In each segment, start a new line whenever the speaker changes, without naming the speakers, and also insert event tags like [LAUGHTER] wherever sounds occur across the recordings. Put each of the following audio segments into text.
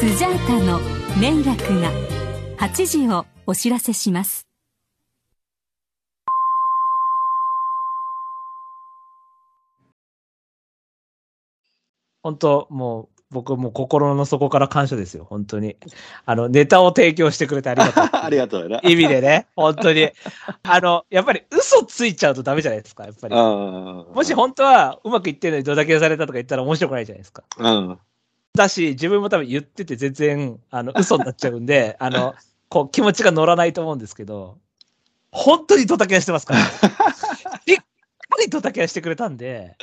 スジャータの年楽が8時をお知らせします
本当もう、僕もう心の底から感謝ですよ、本当に。あの、ネタを提供してくれてありがとう。
[LAUGHS] ありがとうやな。
意味でね、本当に。あの、やっぱり嘘ついちゃうとダメじゃないですか、やっぱり。も
も
し本当はうまくいってるのにどだけされたとか言ったら面白くないじゃないですか。
うん。
だし、自分も多分言ってて全然、あの、嘘になっちゃうんで、あの、こう、気持ちが乗らないと思うんですけど、本当にドタキャンしてますから。びっくりドタキャンしてくれたんで、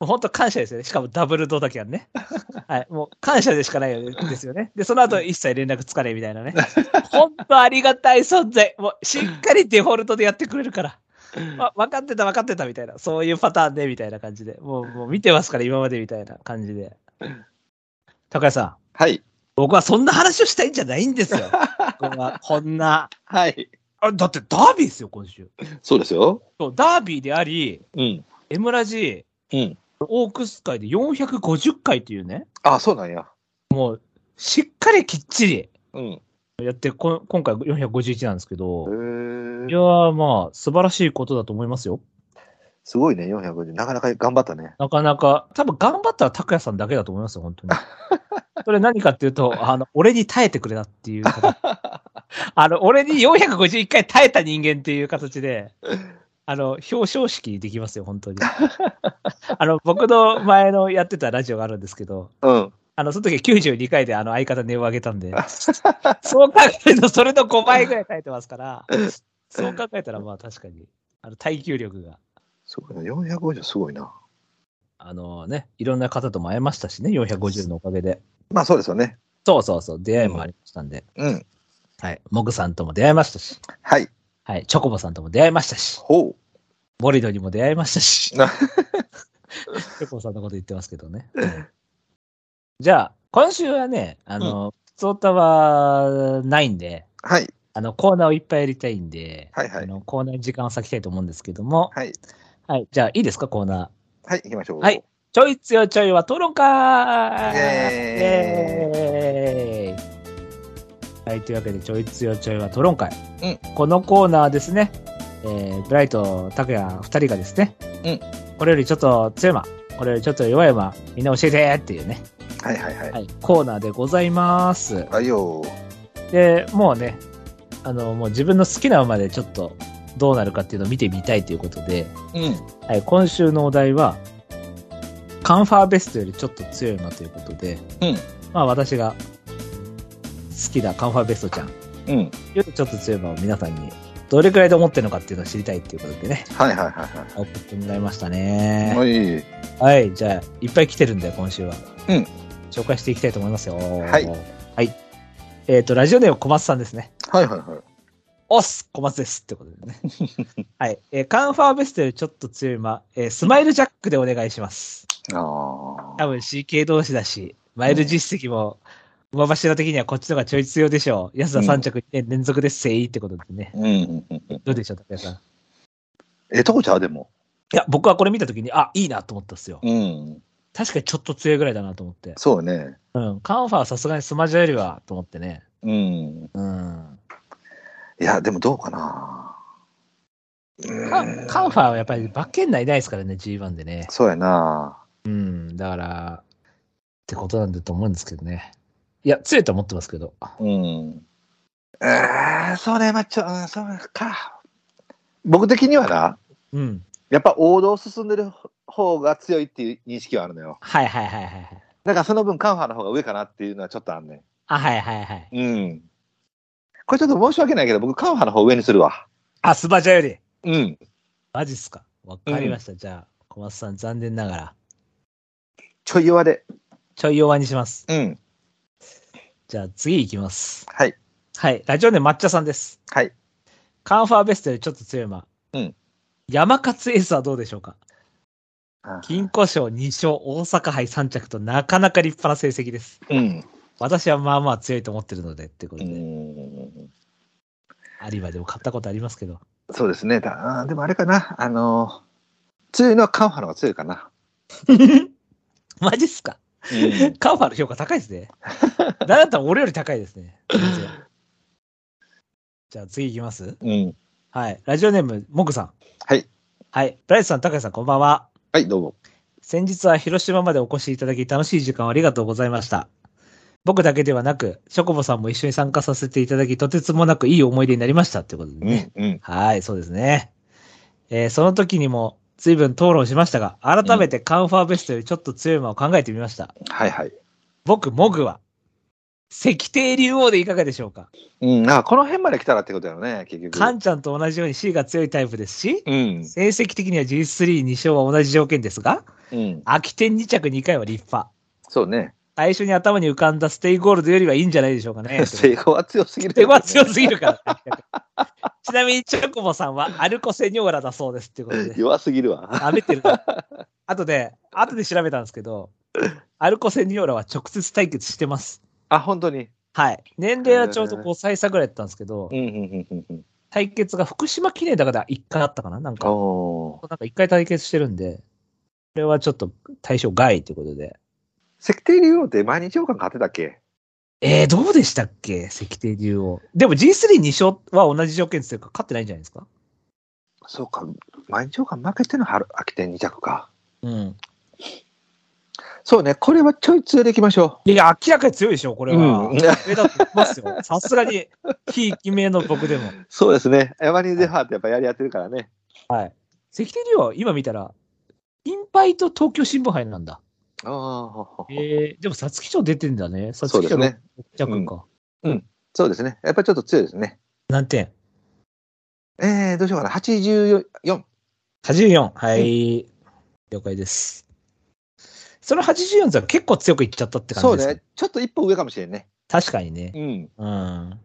もう本当感謝ですよね。しかもダブルドタキャンね。はい。もう感謝でしかないですよね。で、その後一切連絡つかねえみたいなね。本当ありがたい存在。もうしっかりデフォルトでやってくれるから。わ分かってた分かってたみたいな。そういうパターンでみたいな感じで。もうもう見てますから今までみたいな感じで。高橋さん、
はい。
僕はそんな話をしたいんじゃないんですよ。 [LAUGHS] 僕はこんな。
はい。
あだってダービーですよ、今週。
そうですよ。
そうダービーであり、
うん。
エムラジ
うん。
オークス界で450回というね、
あ、そうなんや。
しっかりきっちり
うん。
やって、こ今回451なんですけど、い
へ
や
え。
ーまあ、素晴らしいことだと思いますよ。
すごいね、450。なかなか頑張ったね。
なかなか、多分頑張ったら拓也さんだけだと思いますよ、本当に。それ何かっていうと、あの、俺に耐えてくれたっていうこと。 [LAUGHS] あの、俺に451回耐えた人間っていう形で、あの、表彰式できますよ、本当に。あの、僕の前のやってたラジオがあるんですけど、
[LAUGHS] うん。
あの、その時92回であの相方値を上げたんで、そう考えるとそれの5倍ぐらい耐えてますから、そう考えたらまあ確かに、あの耐久力が、
すごいな、450すごいな。
あのね、いろんな方とも会えましたしね、450のおかげで。
まあそうですよね。
そうそうそう、出会いもありましたんで、
うん。
はい、モグさんとも出会いましたし、
はい。
はい、チョコボさんとも出会いましたし、
ほ
ボリドにも出会いました [LAUGHS] し、チ
な
ョコボさんのこと言ってますけどね。うんじゃあ、今週はね、あの、普通歌はないんで、
う。はい。
あの、コーナーをいっぱいやりたいんで、
はいはい
あのコーナーに時間を割きたいと思うんですけども、
はい。
はい、じゃあいいですか、コーナー。
はい、行きましょう。
はい。ちょい強いちょいは討論か
イエ
イエーイはい、というわけで、ちょい強いちょいは討論会。
う
このコーナーですね、えー、ブライト、拓也二人がですね、
うん
これよりちょっと強い馬、これよりちょっと弱い馬、みんな教えてっていうね、
はいはいはい。
はい、コーナーでございます。
あいよ
でもうねあのもう自分の好きな馬でちょっとどうなるかっていうのを見てみたいということで、
うん。
はい、今週のお題はカンファーベストよりちょっと強い馬ということで、
うん
まあ私が好きなカンファーベストちゃんよ
うん。
りちょっと強い馬を皆さんにどれくらいで思ってるのかっていうのを知りたいっていうことでね
はいはいはい
送ってもらいました
はい。
ね
はい。
はい、じゃあいっぱい来てるんで今週は、
うん、
紹介していきたいと思いますよはいはい、えっ、とラジオネーム小松さんですね
はいはいはい。
おっす小松ですってことで
[LAUGHS]
ね。はい。えーカンファーベストよりちょっと強い馬、えースマイルジャックでお願いします。
あ
多分 CK 同士だし、マイル実績も、馬柱的にはこっちの方がちょい強いでしょう。安田3着2年連続で正位ってことでね
あ。。うんうんうんうん。
どうでしょう、高橋さん。い
ええとこちゃうでも。
や、僕はこれ見たときに、あ、いいなと思ったんですよ。
うん。
確かにちょっと強いぐらいだなと思って。
そうね。
うん。カンファーはさすがにスマジャよりは、と思ってね。
うん。
うん。
いや、でもどうかな。うん
カンカンファーはやっぱり馬券内ないですからね、G1 でね。
そうやな。
うん、だから、ってことなんだと思うんですけどね。いや、強いと思ってますけど。
うん。えー、それはちょ、うん、そうか。僕的にはな、
うん。
やっぱ王道進んでる方が強いっていう認識はあるのよ。
はいはいはいはいはい。
だからその分カンファーの方が上かなっていうのはちょっとあんね
あ、はいはいはい。
ん。うん。これちょっと申し訳ないけど、僕カンファーの方上にするわ。
あ、スバジャより。
うん。
マジっすか。わかりました。じゃあ、小松さん、残念ながら、
ちょい弱で。
ちょい弱にします。
うん。
じゃあ、次いきます。
はい。
はい。ラジオネーム抹茶さんです。
はい。
カンファーベストよりちょっと強い馬。
うん。
山勝エースはどうでしょうか
あ
金庫賞2勝、大阪杯3着となかなか立派な成績です。
うん。
私はまあまあ強いと思ってるのでってこと
う
で。
ん。
アリバでも買ったことありますけど。
そうですね。だあーでもあれかな。あのー強いのはカンファーの方が強いかな。
マジっすか
うん
カウファーの評価高いですね。 [LAUGHS] なんだったら俺より高いですね。全然じゃあ次いきます。
うん。
はい。ラジオネーム、モグさん。
はい。
はい。ブライスさん、高橋さん、こんばんは。
はい、どうぞ。
先日は広島までお越しいただき楽しい時間をありがとうございました。僕だけではなく、ショコボさんも一緒に参加させていただき、とてつもなくいい思い出になりましたってことで
う
ね。
ん、うん。
はい、そうですね。えーその時にも随分討論しましたが、改めてカンファーベストよりちょっと強い馬を考えてみました。
はいはい。
僕、モグは、石帝竜王でいかがでしょうか
うん、あこの辺まで来たらってことだよね、結局。
カンちゃんと同じように C が強いタイプですし、
うん、
成績的には G32 勝は同じ条件ですが、
うん。
秋天2着2回は立派。
そうね。
最初に頭に浮かんだステイゴールドよりはいいんじゃないでしょうか
[LAUGHS]
ね。
成功は強すぎる、 [LAUGHS]
手は強すぎるから。 [LAUGHS] ちなみに、チョコボさんはアルコセニョーラだそうですっていうことで。
弱すぎるわ。
あめてるな。あとで、あとで調べたんですけど、アルコセニョーラは直接対決してます。
あ、本当に。
はい。年齢はちょうど5歳差ぐらいだったんですけど
う、ん、うん、うん、うん。
対決が福島記念だから1回あったかななん
お
か、
お。
なんか1回対決してるんで、これはちょっと対象外ということで。
石定竜王って毎日王冠勝てたっけ
えー、どうでしたっけ石帝竜王。でも G32 勝は同じ条件ですよ。勝ってないんじゃないですか
そうか、毎日王冠負けてんのは秋天2着か。
うん。
そうね、これはちょい強でいきましょ
いや、明らかに強いでしょ、こ
う。
れは。
うん、
上だと思いますよ。さすがに、非記名の僕でも。
そうですね。エマニー・ゼファーってやっぱやり合ってるからね。
石帝竜王は今見たら、インパイと東京新聞杯なんだ。
ああ、
えー、でも、皐月賞出てんだね。皐
そう
月賞
です
6
ね。
着か。
そうですね。やっぱりちょっと強いですね。
何点
えー、どうしようかな。84。
?84。はい、了解です。その84は結構強くいっちゃったって感
そう
じですね。
ね。ちょっと一歩上かもしれんね。
確かにね。
うん。
うん。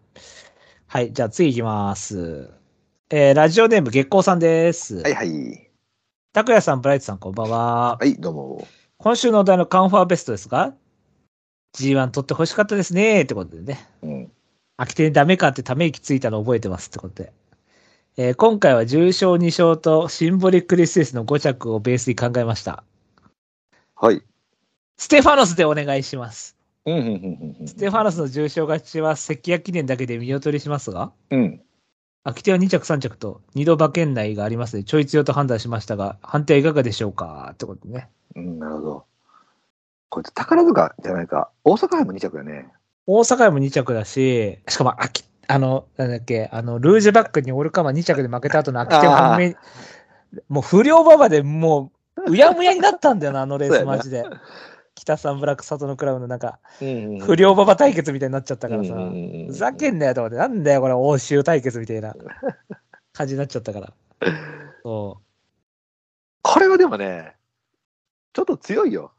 はい、じゃあ次いきます。えーラジオネーム月光さんです。
はいはい。
拓也さん、ブライトさん、こんばんは。
はい、どうも。
今週のお題のカンファーベストですが、G1 取って欲しかったですね、ってことでね。
うん。
飽きてダメかってため息ついたの覚えてますってことで。えー今回は重賞2勝とシンボリックリスエスの5着をベースに考えました。
はい。
ステファノスでお願いします。
うん、うん、うんうん。
ステファノスの重賞勝ちは関谷記念だけで見劣りしますが、
うん。
秋手は2着3着と2度馬券内がありますね。ちょい強と判断しましたが、判定はいかがでしょうかってことね。
うん、なるほど。これ宝塚じゃないか。大阪杯も2着よね。
大阪も2着だし、しかも秋、あの、なんだっけ、あの、ルージュバックにオルカマ2着で負けた後の秋手は半目、もう不良馬場でもう、うやむやになったんだよな、あのレー
そう
ス
やな
マジで。北さんブラック里のクラブのなんか、
うん
不良馬場対決みたいになっちゃったからさ。ふざけ
ん
んなよと思って、なんだよ、これ、欧州対決みたいな感じになっちゃった
[LAUGHS]
から。そう。
これはでもね、ちょっと強いよ。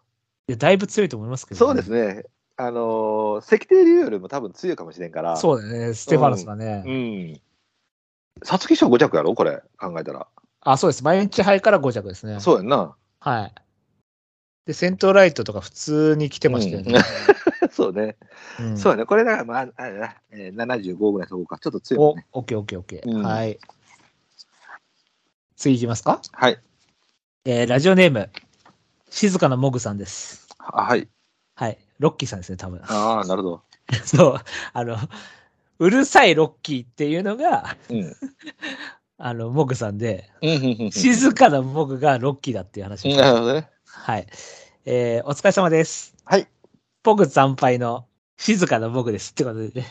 いや、だいぶ強いと思いますけど、
そうですね。あのー、石定竜よりも多分強いかもしれんから。
そうだよね、ステファノスがね。
うん。皐月賞5着やろこれ、考えたら。
あ、そうです。毎日杯から5着ですね。
そうやんな。 [LAUGHS]
はい。で、セントライトとか普通に来てましたよね。
そうね。
[LAUGHS] うん
そうやね。これだから、まあ、あれだ、えー、75ぐらいそこか。ちょっと強いも
お
んね。、
オッケーオッケーオッケー。
うん
はい。次いきますか。
はい。
えーラジオネーム、静かなモグさんです。
あはい。
はい。ロッキーさんですね、多分。 [LAUGHS]
ああ、なるほど。
そう。あの、うるさいロッキーっていうのが、
うん。うん
あの、モグさんで、
うんうん
静かなモグがロッキーだっていう話をし
うん
まし
[LAUGHS] な
た
るほどね。
はい。えーお疲れ様です。
はい。
僕惨敗の静かな僕ですってことで
[LAUGHS]
ね。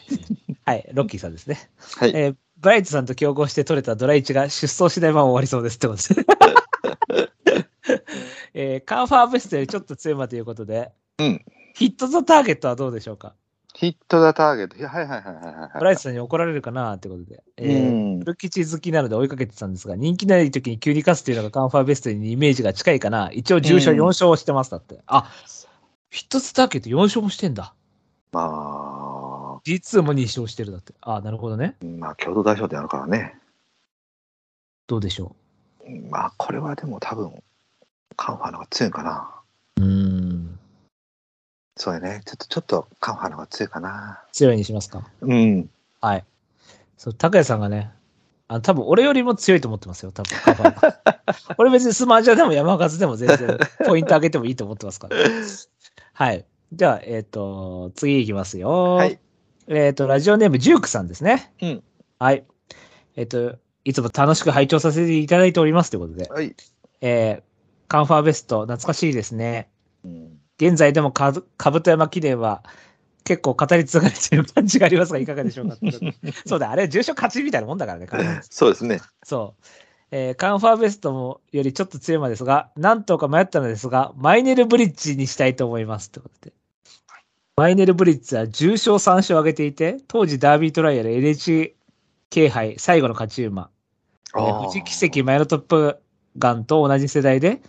はい。ロッキーさんですね。
はい。
えーブライトさんと競合して取れたドラ1が出走しないまま終わりそうですってことで。
[LAUGHS]
えーカンファーベストよりちょっと強いまということで。
うん
ヒット・ザ・ターゲットはどうでしょうか
ヒットだターゲット。はいはいはいはいはい。
ブライトさんに怒られるかなってことで。えー
うん
古吉好きなので追いかけてたんですが、人気ない時に急に勝つというのがカンファーベストにイメージが近いかな。一応重賞
うん
4勝してますだって。あ、ヒットスターケット4勝もしてんだ。
ま
G2 も2勝してるだって。あ、なるほどね。
あ、まあ、共同代表であるからね。
どうでしょ
まあ、これはでも多分、カンファーの方が強いかな。
う。うーん。
そうやね。ちょっと、ちょっとカンファーの方が強いかな。
強いにしますか。
うん。
はい。そう、拓也さんがね、あの多分俺よりも強いと思ってますよ、多分カバー
[LAUGHS]
が俺別にスマージャでも山勝でも全然ポイント上げてもいいと思ってますから。はい。じゃあ、えっ、と、次いきますよ。
はい。
えっ、と、ラジオネームジュークさんですね。
うん
はい。えっ、と、いつも楽しく拝聴させていただいておりますということで。
はい。
えーカンファーベスト、懐かしいですね。
うん
現在でもかぶ、かぶと山記念は、結構語り継がれてる感じがありますが、いかがでし
[LAUGHS]
ょうかそうだ、あれは重賞勝ちみたいなもんだからね、完全に
そうですね。
そう。えーカンファーベストもよりちょっと強いまでですが、なんとか迷ったのですが、マイネルブリッジにしたいと思います。ってことで。マイネルブリッジは重勝3勝を挙げていて、当時ダービートライアル NHK 杯最後の勝ち馬、えー
あー
富士奇跡マイルトップガンと同じ世代で、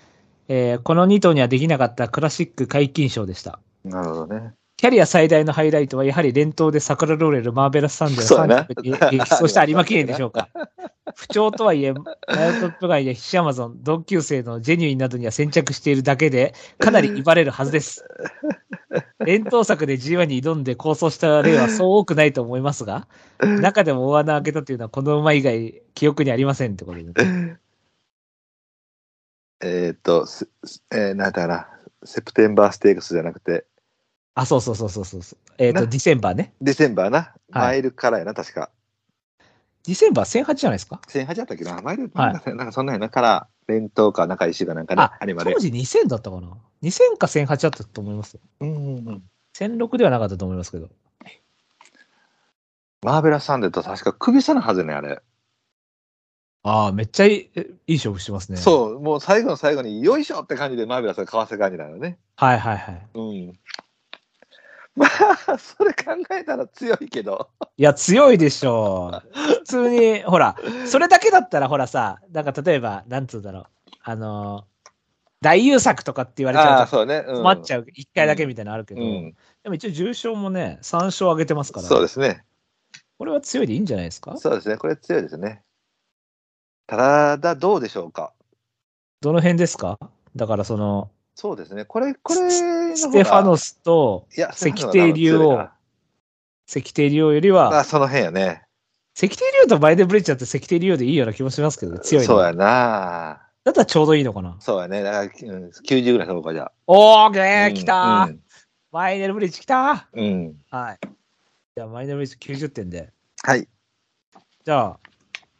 えーこの2頭にはできなかったクラシック解禁賞でした。
なるほどね。
キャリア最大のハイライトは、やはり連投でサクラローレル、マーベラスサンデー
そうだな
3着に
[LAUGHS]
激走した有馬記念でしょうか。不調とはいえ、マイルトップ街やヒシアマゾン、同級生のジェニュインなどには先着しているだけで、かなり威張れるはず
[LAUGHS]
です。連投策で G1 に挑んで構想した例はそう多くないと思いますが、中でも大穴開けたというのはこの馬以外記憶にありませんってことで。
えーっと、すすえーなんだな、セプテンバーステークスじゃなくて、
あ、そうそうそうそうそうそう。えっ、と、
な
ディセンバーね。
デセンバーな、マイルからやな、確か。
ディセンバー1008じゃないですか。
1008だったっけど、マイル、
はい
なんかなんかそんなんやな、から、弁当か中石かなんかね、
あ
あれまで
当。時2000だったかな。2000か1008だったと思いますよ。
うんうんうん
1006ではなかったと思いますけど。
マーベラスサンデーと確か首差のはずね、あれ。
ああ、めっちゃいいえいい勝負してますね。う。
そう、もう最後の最後に、よいしょって感じでマーベラスがかわせ感じな
[LAUGHS]
のね。
はいはいはい。
うん。まあ、それ考えたら強いけど。
いや、強いでしょう。普通に、ほら、それだけだったら、ほらさ、なんか例えば、なんつうんだろう。あのー大優作とかって言われち
あ
ゃ
あ、
うと、
そうね。うん、
困っちゃう。一回だけみたいなのあるけ
う
ど、
ん。
でも一応重賞もね、3勝上げてますから、
そうですね。
これは強いでいいんじゃないですか
そうですね。これ強いですね。ただ、どうでしょうか。
どの辺ですかだからその、
そうですね。これ、これの方が
ステファノスと
いや、
石庭竜王
あ
石庭竜王よりは、
あ、その辺やね。
石庭竜とバイデンブリッジだって石庭竜でいいような気もしますけど、強いの
そうやな。
だったらちょうどいいのかな。
そうやね。だから、うん、90ぐらいの方かじゃあ。
おー、えー、来たー、
うん
マイネルブリッジ来た
うん。うん
ーはい。じゃあ、マイネルブリッジ90点で。
はい。
じゃあ、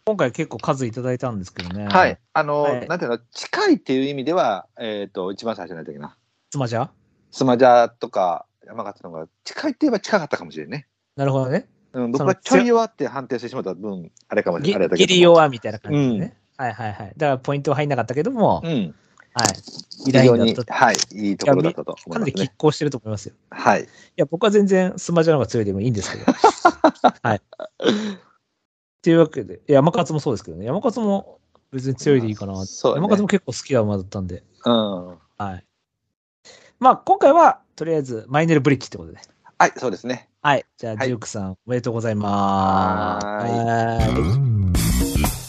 今回結構数いただいたんですけどね。
はい。。あの、
はい
なんていうの、近いっていう意味では、えっ、と、一番最初にやった時な。
つまじゃ
スマジャとか山形の方が近いって言えば近かったかもしれんね。
なるほどね。
うん、
そ
僕
の
はちょい弱って判定してしまった分、あれかもしれ
ギ
ない。あれだけ
ギ
ど。
リ弱みたいな感じでね、はいはいはい。だから、ポイントは入んなかったけども、
う
はい。
ん。
い
非
いライ
常
ンだ
に
った、と。
はい、いいところだったと思
か
い
な
ま
り
すね
拮。抗してると思いますよ。い
はい。
や、僕は全然スマジャの方が強いでもいいんですけ
[LAUGHS]
ど。はい。っていうわけで、山勝もそうですけどね。山勝も別に強いでいいかな。
そう、ね。
山勝も結構好きな馬だったんで。
うん。
はい。まあ、今回は、とりあえず、マイネルブリッジってことで。
はい、そうですね。
はい。じゃあ、
はい
ジュークさん、おめでとうございます。
はーい
ーい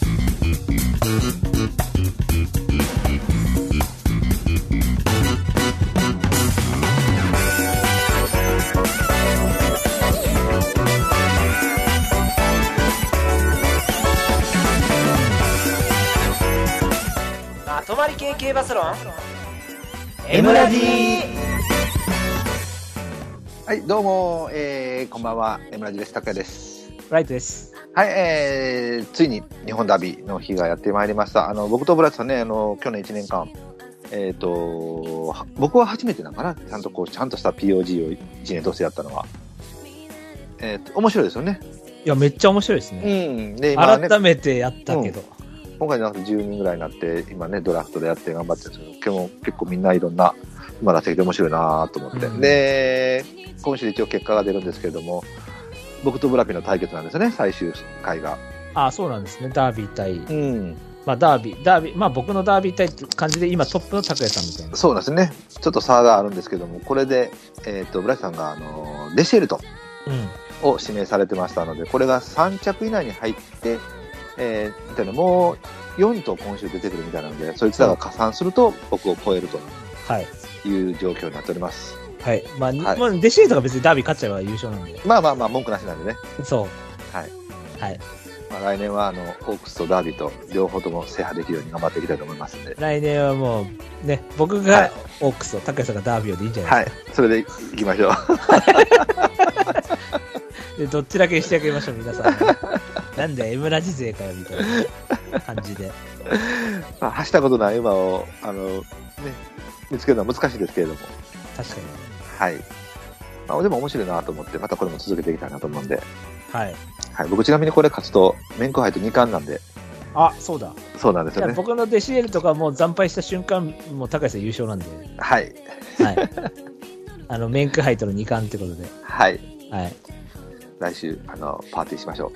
まとまり系系バスロン
M ラジはい、どうも、えー、こんばんは、エムラジです。タクヤです。
ライトです。
はい、えー、ついに日本ダービーの日がやってまいりました。あの、僕とブラスさんね、あの、去年1年間、えっ、と、は僕は初めてなのかなちゃんとこう、ちゃんとした POG を1年通してやったのは。えっ、と、面白いですよね。
いや、めっちゃ面白いですね。
うん。で、今ね、
改めてやったけど、
今回なんか10人ぐらいになって、今ね、ドラフトでやって頑張ってるんですけど、今日も結構みんないろんな、今出してきて面白いなと思って、
うん
で、今週で一応結果が出るんですけれども、僕とブラピの対決なんですよね、最終回が。
あそうなんですね、ダービー対、
うん。
まあ、ダービー、ダービー、まあ、僕のダービー対って感じで、今、トップの拓也さんみたいな。
そうなんですね。ちょっと差があるんですけども、これで、えっ、と、ブラピさんが、あの、レシェルト
うん、
を指名されてましたので、これが3着以内に入って、えーみたいな、もう4頭今週出てくるみたいなので、そいつらが加算すると、僕を超えると
はい、
いう状況になっております。
はい、まあ、に
はい
まあ、弟子とか別にダービー勝っちゃえば優勝なんで、
まあまあまあ、文句なしなんでね。
そう、
はい。
はい、
まあ、来年はあのホークスとダービーと両方とも制覇できるように頑張っていきたいと思いますんで、
来年はもう、ね、僕
は
が
い
オークスを、高橋さんがダービーをでいいんじゃない
はい、それでいきましょう。 [LAUGHS]
ですか。で、どっちだけしてあげましょう、皆さん。なん [LAUGHS] で M ラジ勢かよ、みたいな感じで。
まあ、走ったことない馬をあの、ね、見つけるのは難しいですけれども、
確かに。
はい。まあ、でも面白いなと思って、またこれも続けていきたいなと思うんで、
はい。
はい、僕ちなみにこれ勝つと、免許杯と2冠なんで、
あ、そうだ。
そうなんです
じゃ
よ
あ
ね。
僕の弟子エルとかもう惨敗した瞬間、もう高橋さん優勝なんで。
はい。
はい。あの、メンクハイとの2冠ってことで。
はい。
はい。
来週、あの、パーティーしましょう。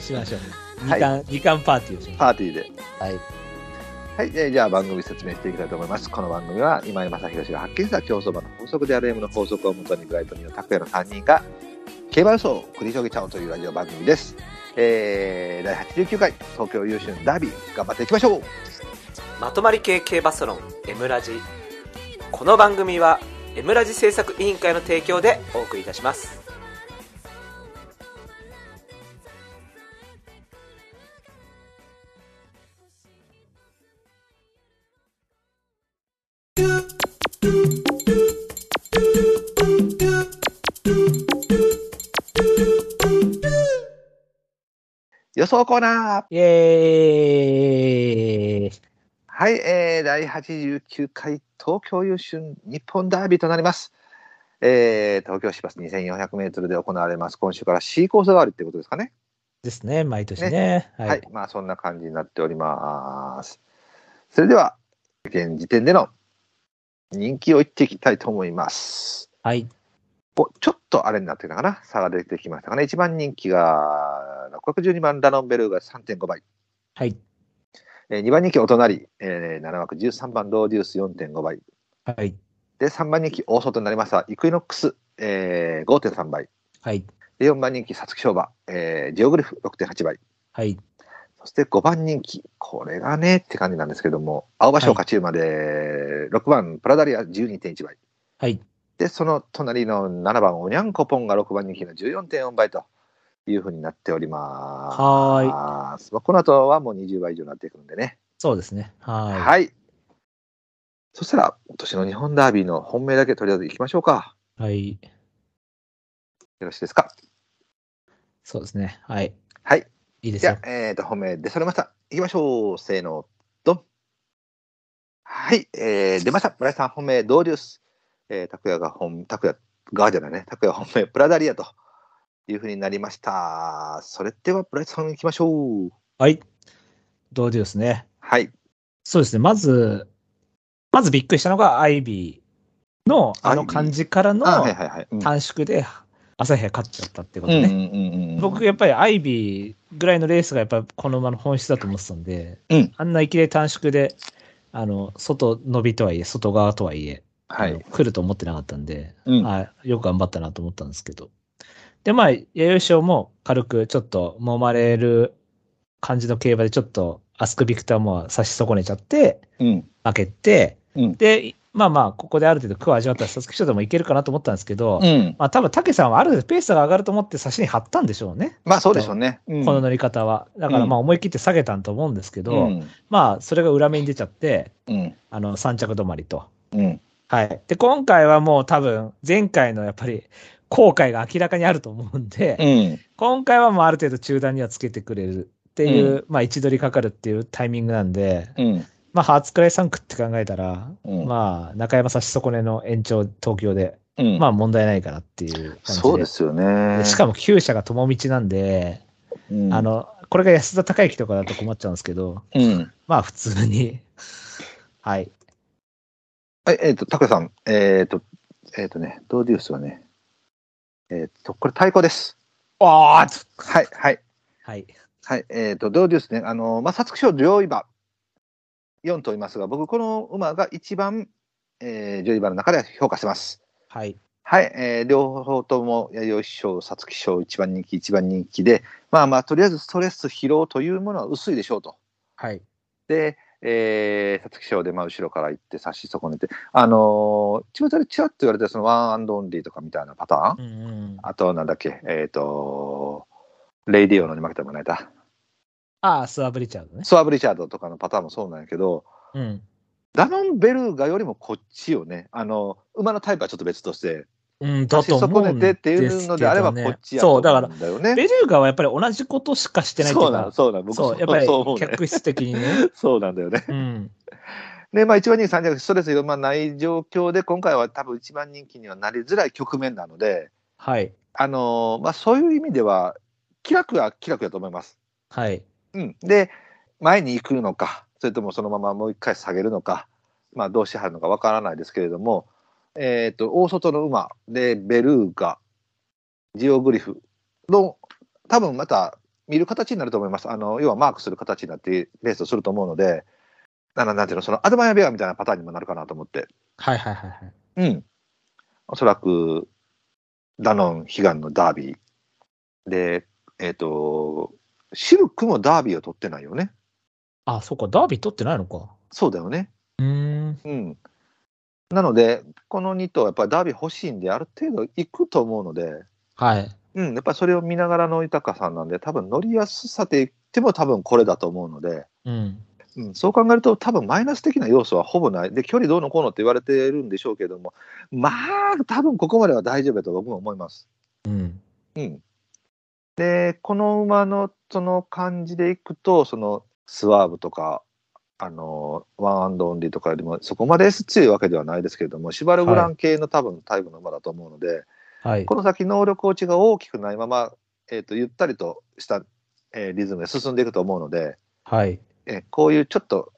しましょう。2
はい
冠、二冠パーティーをしましょ
パーティーで。
う。はい。
はい、えーじゃあ番組説明していきたいと思います。この番組は今井正弘氏が発見した競走馬の法則である M の法則をもとにブライトニーの拓也の3人が競馬予想を繰り広げちゃおうというラジオ番組です。えー、第89回東京優秀ダービー頑張っていきましょう
まとまり系系バスロン「エムラジ」この番組は「エムラジ」制作委員会の提供でお送りいたします
予想コーナー
イエーイ
はい、えー、第89回東京優秀日本ダービーとなります。えー、東京市バス2400メートルで行われます。今週から C コース代わりってことですかね。
ですね、毎年ね。
は、
はいい。
まあそんな感じになっております。それでは、現時点での人気を言っていきたいと思います。
はい。
おちょっとあれになってきたかな、差が出てきましたかね。一番人気が612番ラノンベルーが3.5倍、
はい。
え2番人気お隣、えー、7枠13番ローデュース4.5倍、
はい。
で3番人気大外になりました、イクイノックス、えー、5.3倍、
はい。
で4番人気サツキショウバ、えージオグリフ6.8倍、
はい。
そして5番人気、これがねって感じなんですけども、青葉賞勝ち馬で、6番プラダリア12.1倍。
はい。
で、その隣の7番おにゃんこぽんが6番人気の14.4倍というふうになっております。
はーい。
まあこの後はもう20倍以上になっていくんでね。
そうですね。
はい。
は
そしたら、今年の日本ダービーの本命だけとりあえず行きましょうか。
い。はい。
よろしいですか。
そうですね。はい。
はい。
いいです
じ
よ
ゃ。あ、えーと、本命出されました。行きましょう。せーの、ドン。はい、えー、出ました。村井さん、本命、ドーデュース。えー、拓也が本、拓也がじゃないね。拓也本命、プラダリアというふうになりました。それでは、村井さん行きましょう。
はい。どうでですね。
はい。
そうですね。まず、まずびっくりしたのが、アイビーのあ
アイ
の
ビー
感じからの
あ、はいはいはい。うん
短縮で、朝日が勝っちゃったってこと
うんう
ね。
んうんうん。
僕、やっぱりアイビーぐらいのレースが、やっぱりこの馬の本質だと思ってたんで、
うん
あんないきなり短縮で、あの、外伸びとはいえ、外側とはいえ、
は
あの
い。
来ると思ってなかったんで、
うん
あよく頑張ったなと思ったんですけど。で、まあ、弥生賞も軽くちょっと揉まれる感じの競馬でちょっとアスクビクターも差し損ねちゃって、
うん。
負けて、
うん
で、いまあまあ、ここである程度苦を味わったら、サツキ賞でもいけるかなと思ったんですけど、
うん。
まあ多分、武さんはある程度ペースが上がると思って差しに張ったんでしょうね。
まあ、そうでしょうね。うん
この乗り方は。だからまあ思い切って下げたんと思うんですけど、
うん。
まあそれが裏目に出ちゃって、
うん。
あの3着止まりと。
うん。
はい。で、今回はもう多分、前回のやっぱり、後悔が明らかにあると思うんで、
うん。
今回はもうある程度中断にはつけてくれるっていう、まあ、位置取りかかるっていうタイミングなんで、
うん。
まあ、初くらい3区って考えたら、
うん
まあ、中山差し損ねの延長、東京で、
うん。
ま
あ、
あ、問題ないかなっていう感じで。
そうですよね。
でしかも、厩舎が友道なんで、
うん
あ、の、これが安田孝之とかだと困っちゃうんですけど、
うん。
まあ、普通に、 [LAUGHS] はい。
はい、えっ、と、タクさん、えっ、と、えっ、とね、ドーデュースはね、えっ、と、これ、太鼓です。
ああ
はい、はい、
はい。
はい、えっ、と、ドーデュースね、あの、まあ、皐月賞上位馬、4と言いますが、僕、この馬が一番、えー上位馬の中では評価してます。
はい。
はい、えー両方とも、弥生賞、皐月賞、一番人気、一番人気で、まあまあ、とりあえずストレス、疲労というものは薄いでしょうと。
はい。
で、えー、皐月賞で、まあ、後ろから行って差し損ねて、あのー、ちまたでちらっと言われたそのワンアンドオンリーとかみたいなパターン、
うんうん、あ
あと、なんだっけ、えっ、とレイディオのに負けたもらえた、
あ、スワブリチャードね。
ソアブ・リチャードとかのパターンもそうなんやけど、
うん。
ダノン・ベルガよりもこっちよね、あの馬のタイプはちょっと別として、
うん、だ
差し
と思
損
う
ね
ん
てってい
です
う
けど
のであれば、こ
ね
っちやと
そう、だか
思う
ら、
んだよね。
ベルーガはやっぱり同じことしかしてないってい
そううなの、
か、
そうなの、僕
そう、やっぱ
そう思う
り
ね。
客室的にね。
そうなんだよね。
うん。
で、まあ、1番人気、3着、ストレス4万ない状況で、今回は多分1番人気にはなりづらい局面なので、
はい。
あのーまあ、そういう意味では、気楽は気楽だと思います。
はい。
うん、で、前に行くのか、それともそのままもう一回下げるのか、まあ、どうしはるのかわからないですけれども、えっと大外の馬で、ベルーガ、ジオグリフの、多分また見る形になると思います。あの要はマークする形になって、レースをすると思うので、ななんていうの、そのアドバイアベアみたいなパターンにもなるかなと思って。
はいはいはいはい。
うん。おそらく、ダノン悲願のダービー。で、えっ、と、シルクもダービーを取ってないよね。
あ、そうか、ダービー取ってないのか。
そうだよね。
うーん。
うん。なので、この2頭、やっぱりダービー欲しいんで、ある程度行くと思うので、
はい。
うん、やっぱりそれを見ながらの豊かさんなんで、多分乗りやすさで言っても多分これだと思うので、
うん。
うん、そう考えると、多分マイナス的な要素はほぼない。で、距離どうのこうのって言われてるんでしょうけども、まあ、多分ここまでは大丈夫だと僕も思います。
うん。
うん、でこの馬のその感じでいくとそのスワーブとかあのワンアンドオンリーとかよりもそこまで S 強いわけではないですけれどもシュバルグラン系の多分タイプの馬だと思うので、
はい
こ。の先能力落ちが大きくないまま、えー、とゆったりとした、えーリズムで進んでいくと思うので、
はい。
えーこういうちょっと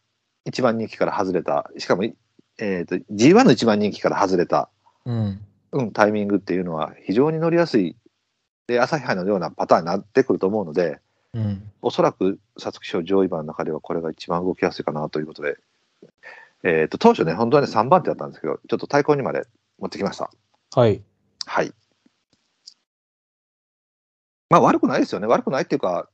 一番人気から外れたしかも、えー、と G1 の一番人気から外れた
うん。
うん、タイミングっていうのは非常に乗りやすい、で、朝日杯のようなパターンになってくると思うので、
うん。
おそらく皐月賞上位馬の中ではこれが一番動きやすいかなということで、えっ、と、当初ね、本当はね、3番手だったんですけど、ちょっと対抗にまで持ってきました。
はい。
はい。まあ、悪くないですよね。悪くないっていうか、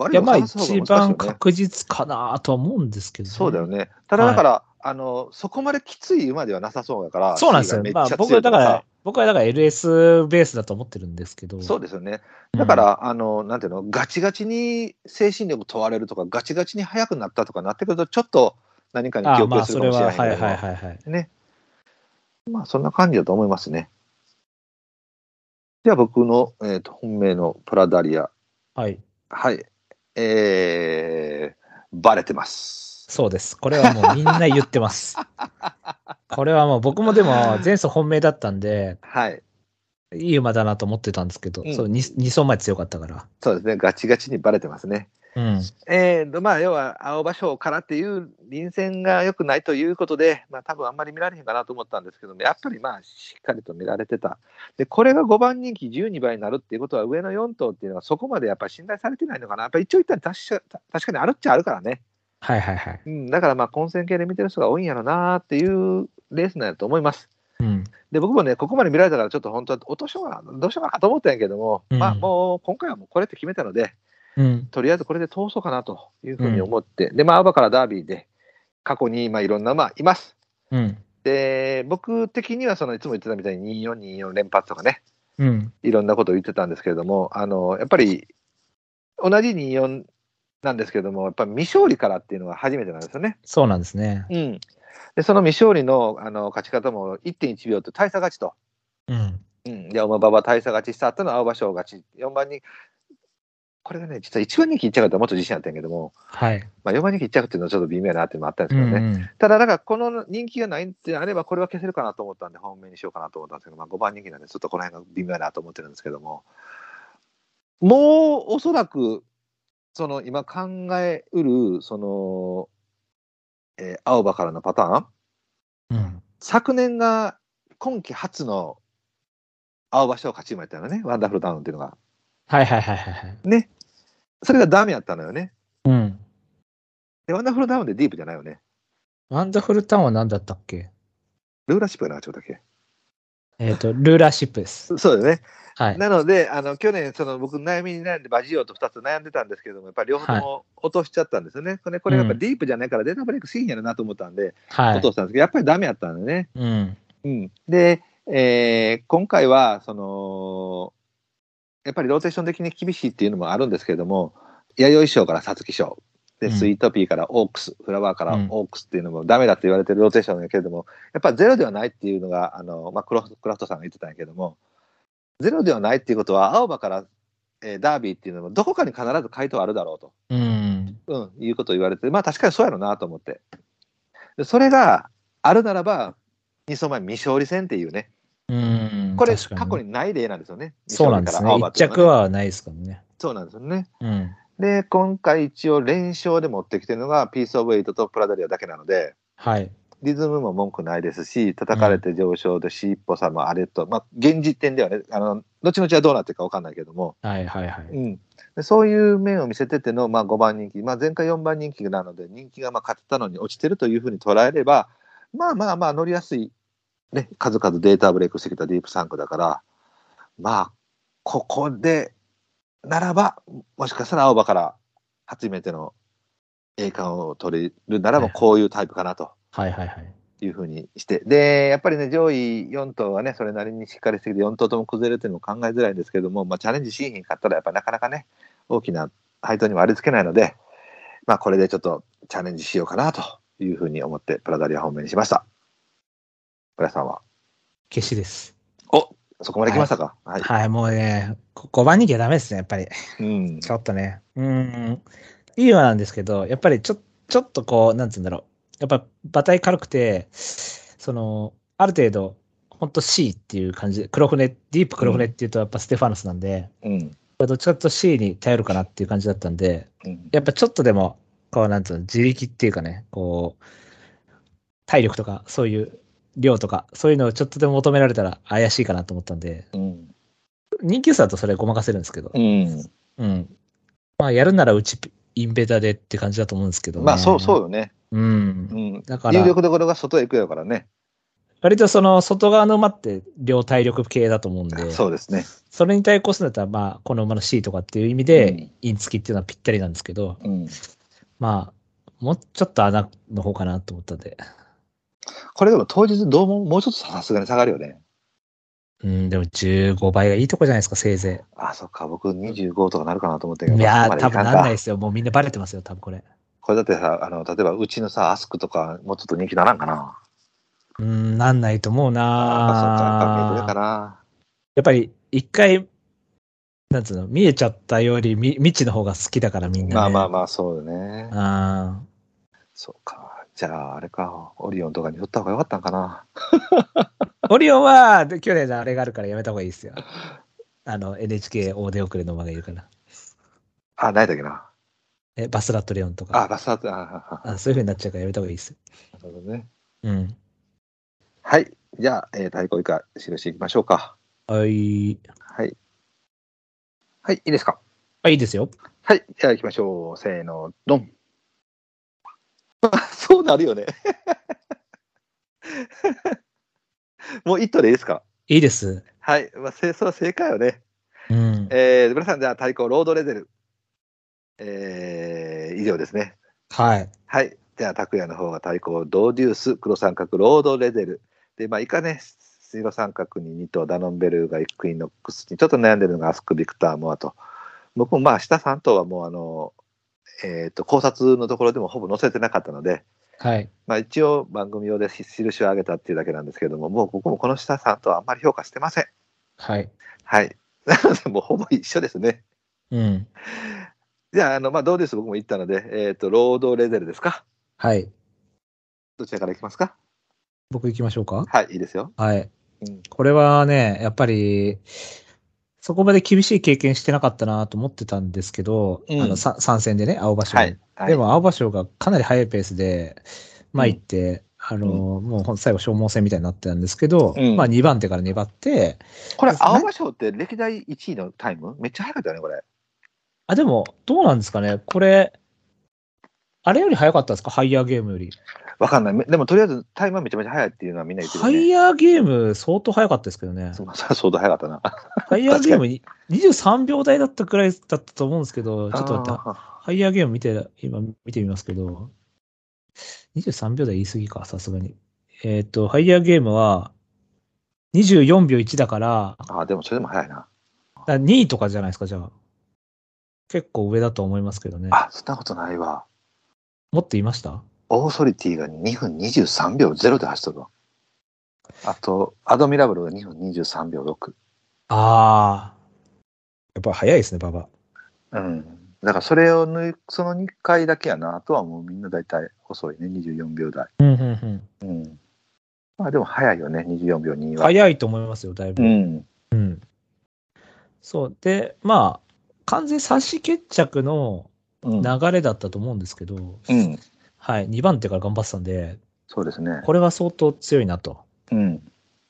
悪
いや、まあ、
を探す方
一
が難しい
番
よね
確実かなとは思うんですけど、
そうだよ。ね。ただ、だから、あの、そこまできつい馬ではなさそうだから、
そうなんですよ
シ。ーが
ま
め
あ
っち、ゃ
僕
強
はいだ
とか
か
さ
ら、僕はだから LS ベースだと思ってるんですけど。
そう
う
ですよね。
ん
だから、あの、なんていうの、ガチガチに精神力問われるとか、ガチガチに速くなったとかなってくると、ちょっと何かに
あ
記
あま
憶
あ、
する
そ
か
れ
もしれ
は、
ないけ
はい
ど、
はいはいはい。
まあ、そんな感じだと思いますね。では、僕の、えーと本命のプラダリア。
はい。
はい。えー、バレてます。
そうです。これはもうみんな言って
[LAUGHS]
ます。これはもう僕もでも前走本命だったんで、
はい。
いい馬だなと思ってたんですけど、
うん
そう 2, 2走前強かったから。
そうですね。ガチガチにバレてますね。
うん。
えーと、まあ、要は、青葉賞からっていう臨戦が良くないということで、まあ、多分あんまり見られへんかなと思ったんですけども、やっぱりまあ、しっかりと見られてた。で、これが5番人気12倍になるっていうことは、上の4頭っていうのはそこまでやっぱり信頼されてないのかな。やっぱり一応言ったら確か確かにあるっちゃあるからね。
はいはいはい。
うん、だからまあ、混戦系で見てる人が多いんやろなっていうレースなんやと思います。
うん。
で、僕もね、ここまで見られたから、ちょっと本当は落としようかな、どうしようかなと思ったんやけども、
うん
まあ、もう今回はもうこれって決めたので、
うん。
とりあえずこれで通そうかなというふうに思って、で、まあ、アバからダービーで、過去に、まあ、いろんな馬います。
うん。
で、僕的には、その、いつも言ってたみたいに2424連発とかね、
うん。
いろんなことを言ってたんですけれども、あの、やっぱり、同じ24なんですけれども、やっぱり未勝利からっていうのは初めてなんですよね。
そうなんですね。
うん。で、その未勝利の、あの、勝ち方も1.1秒と大差勝ちと。
うん。
うん、で、馬場は大差勝ちした後の青葉賞勝ち。4番に、これがね、実は1番人気いっちゃうともっと自信あったんやけども、
はい。
まあ、4番人気1着っていうのはちょっと微妙やなっていうのもあったんで
う
すけ
ん
どね、
うん。
ただ、だからこの人気がないってあれば、これは消せるかなと思ったんで、本命にしようかなと思ったんですけど、まあ、5番人気なんで、ちょっとこの辺が微妙やなと思ってるんですけども、もうおそらく、その今考えうる、その、えー青葉からのパターン、
うん。
昨年が今季初の青葉賞勝ち馬やったのね、ワンダフルダウンっていうのが。
はいはいはいはいはい。
ね。それがダメやったのよね。
うん。
で、ワンダフルダウンでディープじゃないよね。
ワンダフルタウンは何だったっけ
ルーラーシップやな、ちょっとだけ。
えっ、と、ルーラーシップです。
そうだね。
はい。
なので、あの、去年、その、僕、悩みに悩んで、バジオと2つ悩んでたんですけども、やっぱり両方とも落としちゃったんですよね。それこれ、やっぱ
うん
ディープじゃないから、データブレイクせえへんやろなと思ったんで、
は
落と
い。
したんですけど、やっぱりダメやったんでね。
うん。
うん。で、えー今回は、その、やっぱりローテーション的に厳しいっていうのもあるんですけれども、弥生賞から皐月賞、
う
で、
ん
スイートピーからオークス、フラワーから
うん
オークスっていうのもダメだと言われてるローテーションだけれども、やっぱゼロではないっていうのが、あの、まあ、クロフクラフトさんが言ってたんやけども、ゼロではないっていうことは、青葉から、えーダービーっていうのも、どこかに必ず回答あるだろうと。
うん。
うん、いうことを言われて、まあ確かにそうやろうなと思って。でそれがあるならば、2走前未勝利戦っていうね、
うん。
これ
確か
過去にない例なんですよね。
そうなんです
二
ね。
勝利から青葉
一
っていうの
着
はね
はないですからね。
そうなんですよね。
うん。
で、今回一応連勝で持ってきてるのが、ピースオブエイトとプラダリアだけなので、
はい。
リズムも文句ないですし、叩かれて上昇で、しっぽさもあれと、まあ、現時点ではね、あの、後々はどうなってるかわかんないけども、
はいはいは
う
い。
ん、でそういう面を見せてての、まあ、5番人気、まあ、前回4番人気なので人気がまあ勝てたのに落ちてるというふうに捉えればまあまあまあ乗りやすい、ね、数々データブレイクしてきたディープサンクだからまあここでならばもしかしたら青葉から初めての栄冠を取れるならば
はいはい
こういうタイプかなと。
はいはいはい。
いうふうにして。で、やっぱりね、上位4頭はね、それなりにしっかりしてきて、4頭とも崩れるというのも考えづらいんですけども、まあ、チャレンジしにかったら、やっぱなかなかね、大きな配当にもありつけないので、まあ、これでちょっとチャレンジしようかなというふうに思って、プラダリア方面にしました。村さんは、
消しです。
そこまで来ましたかはい。
はい、もうね、5番人気はダメですね、やっぱり。
うん。
ちょっとね。うん。いい馬なんですけど、やっぱりちょ、ちょっとこう、なんつうんだろう。やっぱ馬体軽くて、その、ある程度、ほんと C っていう感じで、黒船、ディープ黒船っていうとやっぱステファノスなんで、
うん。
これどっちかというと C に頼るかなっていう感じだったんで、
うん。
やっぱちょっとでも、こう、なんつうの、自力っていうかね、こう、体力とか、そういう量とか、そういうのをちょっとでも求められたら怪しいかなと思ったんで、
うん。
人気薄だとそれごまかせるんですけど
う、ん。
うん。まあ、やるならうち、インベーダーでって感じだと思うんですけど、
まあ、そう、そう
う。
よね。
う。
うんん。
だから
有、力どころが外へ行くやからね。
割とその、外側の馬って、両体力系だと思うんで、
そうですね。
それに対抗するんだったら、まあ、この馬の C とかっていう意味で、
うん
イン付きっていうのはぴったりなんですけど、
うん。
まあ、もうちょっと穴の方かなと思ったんで、
これでも当日どうも、もうちょっとさすがに下がるよね。
うん、でも15倍がいいとこじゃないですか、せいぜ
あ、そっか、僕25とかなるかなと思って
い。いや
ま
ー、
あ
多分なんない
か
で
か
すよ。もうみんなバレてますよ、多分これ。
これだってさ、あの、例えばうちのさ、アスクとか、もうちょっと人気ならんかな。
うん、なんないと思う
ああ、
な
そっか、やっぱりメープルかな。
やっぱり一回、なんつうの、見えちゃったよりみ未知の方が好きだからみんな、ね。
まあまあまあ、そうだね。
あ
そうか。じゃあ、あれか、オリオンとかに振った方がよかったんかな。
ー。オリオンは、で去年のあれがあるからやめた方がいいですよ。あの、NHK 大出遅れの馬がいるから。
あ、ないだっけな。
え、バスラットレオンと
あ、
か。
バスターズ、あああ
あそういう風になっちゃうからやめた方がいいですよ。
なるほどね。
うん。
はい。じゃあ、えー、太鼓以下、記していきましょうか。
はい。
はい。はい、いいですか。
あ、いいですよ。
はい、じゃあ行きましょう。せーの、ドン。 [LAUGHS] そうなるよね。 [LAUGHS] もう一頭でいいですか
いいです。
はい、まあ、せそれは正解よね。
うん。
えー、皆さん、じゃあ対抗、ロードレゼル。えー、以上ですね。
はい。
はい、じゃあ、拓也の方が対抗、ドーデュース、黒三角、ロードレゼル。で、まあ、いかね、白三角に2頭、ダノンベルがクイーンノックスに、ちょっと悩んでるのがアスク・ビクター・モアと、僕もまあ、下3頭はもう、あの、えっ、と、考察のところでもほぼ載せてなかったので、
はい。
まあ、一応、番組用で印を上げたっていうだけなんですけれども、もうここもこの下3頭はあんまり評価してません。
はい。
はい。 [LAUGHS] なので、もうほぼ一緒ですね。
うん。
じゃあ、あの、まあ、ドーデュース僕も言ったので、えっ、と、ロードレゼルですか
はい。
どちらからいきますか
僕行きましょうか。
はい、いいですよ。
はい。
うん
これはね、やっぱり、そこまで厳しい経験してなかったなと思ってたんですけど、
うん
あの、さ参戦でね、青葉賞、
はい。はい
でも青葉賞がかなり速いペースで、まあ
うん
行って、あの、もうほん最後消耗戦みたいになってたんですけど、
うん
まあ2番手から粘って、
これ
で、すね
青葉賞って歴代1位のタイムめっちゃ早かったよね、これ。
あ、でも、どうなんですかねこれ、あれより早かったんですかハイヤーゲームより。
わかんないめ。でもとりあえずタイマーめちゃめちゃ早いっていうのはみんな言って
ハ
る
イ
ね。
ヤーゲーム相当早かったですけどね。
そうそう相当早か [LAUGHS] ったな。
ハイヤーゲームに23秒台だったくらいだったと思うんですけど、ちょっと待って、
あー
ハイヤーゲーム見て、今見てみますけど、23秒台言い過ぎか、さすがに。えっ、と、ハイヤーゲームは24秒1だから、
あー、でもそれでも早いな。
だ2位とかじゃないですか、じゃあ。結構上だと思いますけどね。
あ、そんなことないわ。
もっといました
オーソリティが2分23秒0で走っとるわ。あと、アドミラブルが2分23秒6。
ああ。やっぱ早いですね、馬場。
うん。だからそれを抜いその2回だけやな。あとはもうみんな大体遅いね。24秒台。
うんうんうん。
うん。まあでも早いよね。24秒2は。
早いと思いますよ、だいぶ。
うん。
うん。そう。で、まあ、完全差し決着の
うん。
流れだったと思うんですけど、
うん。
はい、2番手から頑張ってたんで、
そうですね。
これは相当強いなと。
うん。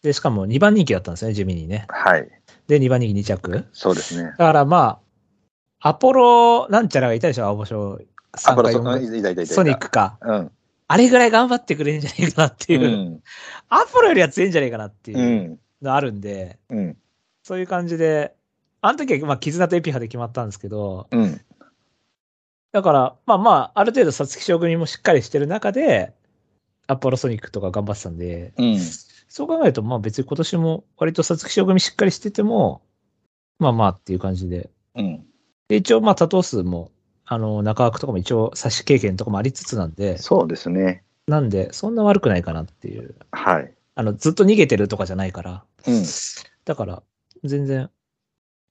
で、しかも2番人気だったんですね、地味にね。
はい。
で、2番人気2着。だ
そうですね。
からまあ、アポロなんちゃらがいたでしょ、青保証
あ、
3
こ
か
れ、そ
4
う
か
うんいたいたいたいた。
ソニックか。
うん。
あれぐらい頑張ってくれるんじゃないかなっていう、
うん。
アポロよりは強いんじゃないかなって
う。
いうんのあるんで、
うん。
そういう感じで、あの時はまあ絆とエピハで決まったんですけど、
うん。
だから、まあまあ、ある程度、さつき将軍もしっかりしてる中で、アポロソニックとか頑張ってたんで、
うん。
そう考えると、まあ別に今年も割とさつき将軍しっかりしてても、まあまあっていう感じで。
うん。
で、一応まあ多頭数も、あの、中枠とかも一応差し経験とかもありつつなんで、
そうですね。
なんで、そんな悪くないかなっていう。
はい。
あの、ずっと逃げてるとかじゃないから。
うん。
だから、全然、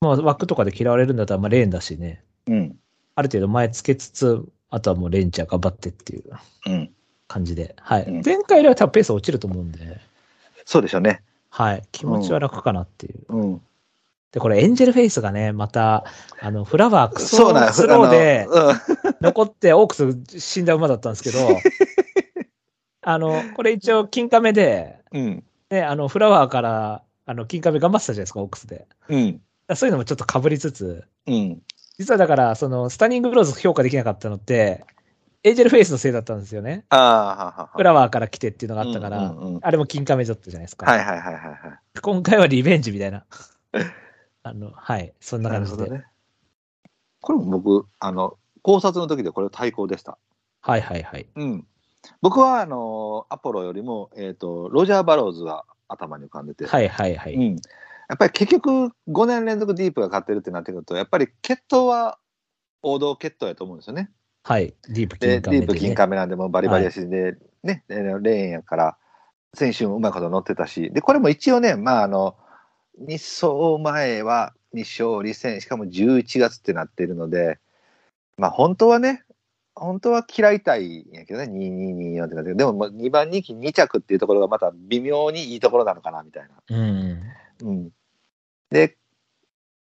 まあ枠とかで嫌われるんだったら、まあレーンだしね。
うん。
ある程度前つけつつ、あとはもうレンジャー頑張ってっていう
うん。
感じで。はい。
うん
前回よりは多分ペース落ちると思うんで、
そうでしょうね。
はい。気持ちは楽かなっていう。
うん。
で、これエンジェルフェイスがね、また、あの、フラワーク
そ
ソ
うなん
スローで
あ、のうん
残ってオークス死んだ馬だったんですけど、 [LAUGHS] あの、これ一応、金亀で、
うん。
ね、あの、フラワーから、あの、金亀頑張ってたじゃないですか、オークスで。だか
うん。
らそういうのもちょっと被りつつ、
うん。
実はだから、その、スタニングローズ評価できなかったのって、エンジェルフェイスのせいだったんですよね。
ああ、ははは。
フラワーから来てっていうのがあったから、
うんうんうん
あれも金亀だったじゃないですか。
はいはいはいはいは
今回はリベンジみ
[LAUGHS]
たいな。あの、はい、そん
い。
な
な
感
る
じ
ほ
で。
どね。これも僕、あの、考察の時でこれ対抗でした。
はいはいはい。
うん。僕は、あの、アポロよりも、えっ、と、ロジャー・バローズが頭に浮かんでて、
はいはいはい。
うん。やっぱり結局、5年連続ディープが勝ってるってなってくると、やっぱり決闘は王道決闘やと思うんですよね。
はい。ディープ金
で、デ
亀
ィ
で、ね。
ープ金カメなんで、もうバリバリやし、で、ね、レーンやから、先週もうまいこと乗ってたし、で、これも一応ね、まあ、あの、2走前は2勝利戦、しかも11月ってなってるので、まあ、本当はね、本当は嫌いたいんやけどね、2224ってなってるでももう2番人気2着っていうところがまた微妙にいいところなのかな、みたいな。
うん。
うん。で、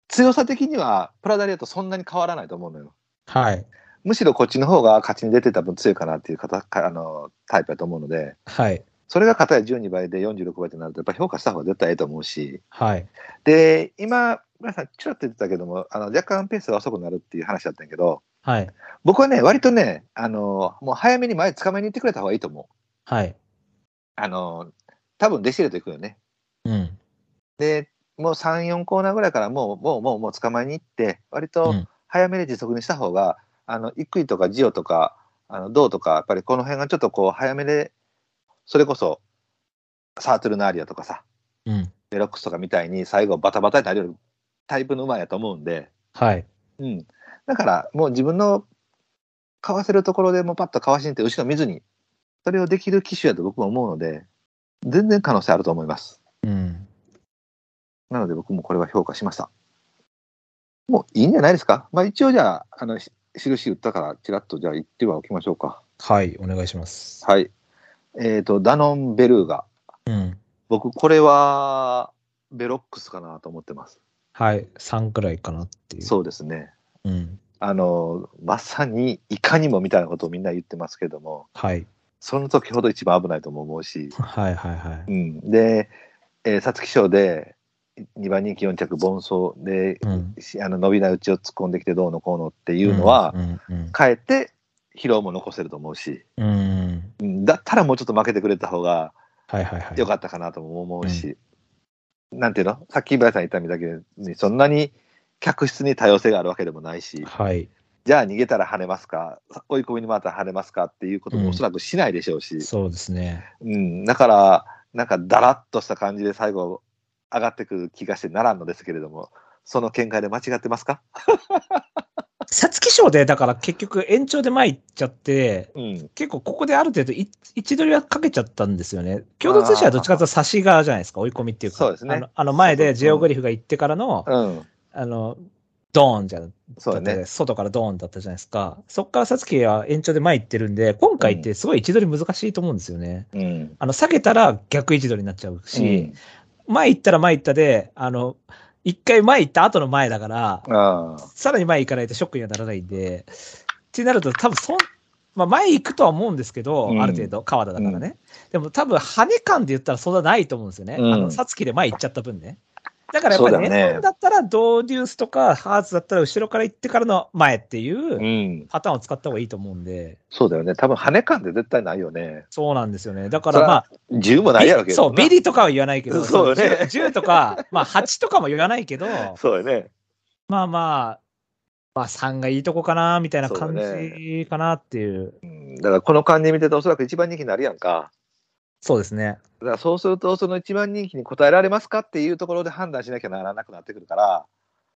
強さ的には、プラダリアとそんなに変わらないと思うのよ。
はい。
むしろこっちの方が勝ちに出てた分強いかなっていう方かあのタイプだと思うので、
はい。
それが片や12倍で46倍となると、やっぱ評価した方が絶対いいと思うし、
はい。
で、今、皆さんちらっと言ってたけども、あの若干ペースが遅くなるっていう話だったんやけど、
はい。
僕はね、割とね、あのもう早めに前捕まえに行ってくれた方がいいと思う。
はい。
あの多分デシレと行くよね。
うん。
で、もう3、4コーナーぐらいからもう、もう、もう、もう捕まえに行って、割
う
と
ん
早めに時速にした方が、あの、イックイとかジオとか、あの、ドウとか、やっぱりこの辺がちょっとこう、早めで、それこそ、サートルのアリアとかさ、
うん。
ベロックスとかみたいに最後バタバタになるようなタイプの馬やと思うんで、
はい。
うん。だから、もう自分のかわせるところでもうパッとかわしに行って、後ろ見ずに、それをできる機種やと僕も思うので、全然可能性あると思います。
うん。
なので僕もこれは評価しました。もういいんじゃないですかまあ一応じゃあ、あの、し印打ったから、ちらっとじゃあ言ってはおきましょうか。
はい。お願いします。
はい。えっ、と、ダノン・ベルーガ。
うん。
僕、これは、ベロックスかなと思ってます。
はい。3くらいかなっていう。
そうですね。
う。うん。
あの、まさに、いかにもみたいなことをみんな言ってますけども、
はい。
その時ほど一番危ないとも思うし、
はいはいは
う
い。
ん。で、えー、皐月賞で、2番人気4着、凡走で、
うん。
しあの伸びないうちを突っ込んできてどうのこうのっていうのは、
うんうんうん
変えて疲労も残せると思うし、
うん。
うんだったらもうちょっと負けてくれた方が
はいはいはい。
良かったかなとも思うし、なんていうのさっき井原さん言ったみたいに、そんなに客室に多様性があるわけでもないし、
はい。
じゃあ逃げたら跳ねますか、追い込みに回ったら跳ねますかっていうこと
うん
もおそらくしないでしょうし、
そうですね。
うんだから、なんかだらっとした感じで最後、上がってくる気がしてならんのですけれども、その見解で間違ってますか、
皐月賞で、だから結局延長で前行っちゃって、
うん、
結構ここである程度い位置取りはかけちゃったんですよね。共同通信はどっちかというと差し側じゃないですか、追い込みっていうか。
そうですね
あのあの前
そうそ
で
う
ジェオグリフが行ってからの、
うん、
あの、ドーンじゃん。
そうだ
だって
ね。
外からドーンだったじゃないですか。そこからサツキは延長で前行ってるんで、今回ってすごい位置取り難しいと思うんですよね。
うん
あの、下げたら逆位置取りになっちゃうし、前行ったら前行ったで、あの、一回前行った後の前だから、
うんああ
さらに前行かないとショックにはならないんで、ってなると多分そん、まあ前行くとは思うんですけど、
うん
ある程度、川田だからね。でも多分跳ね感で言ったらそんなないと思うんですよね。
うん
あの、サツキで前行っちゃった分ね。だからやっぱ
そ
り
う
ね、
だね、
日本だったらドーデュースとかハーツだったら後ろから行ってからの前っていううんパターンを使った方がいいと思うんで、
そうだよね。多分跳ね感って絶対ないよね。
そうなんですよね。だからまあ、
10もないやろうけど。
そう、ビリとかは言わないけど、
そうね
10 10とか、まあ8とかも言わないけど、
そうよね。
まあまあ、まあ3がいいとこかな、みたいな感
そうだ
じかなっていう。
うんだからこの感じ見てておそらく一番人気になるやんか。
そうですね。
だからそうすると、その一番人気に応えられますかっていうところで判断しなきゃならなくなってくるから。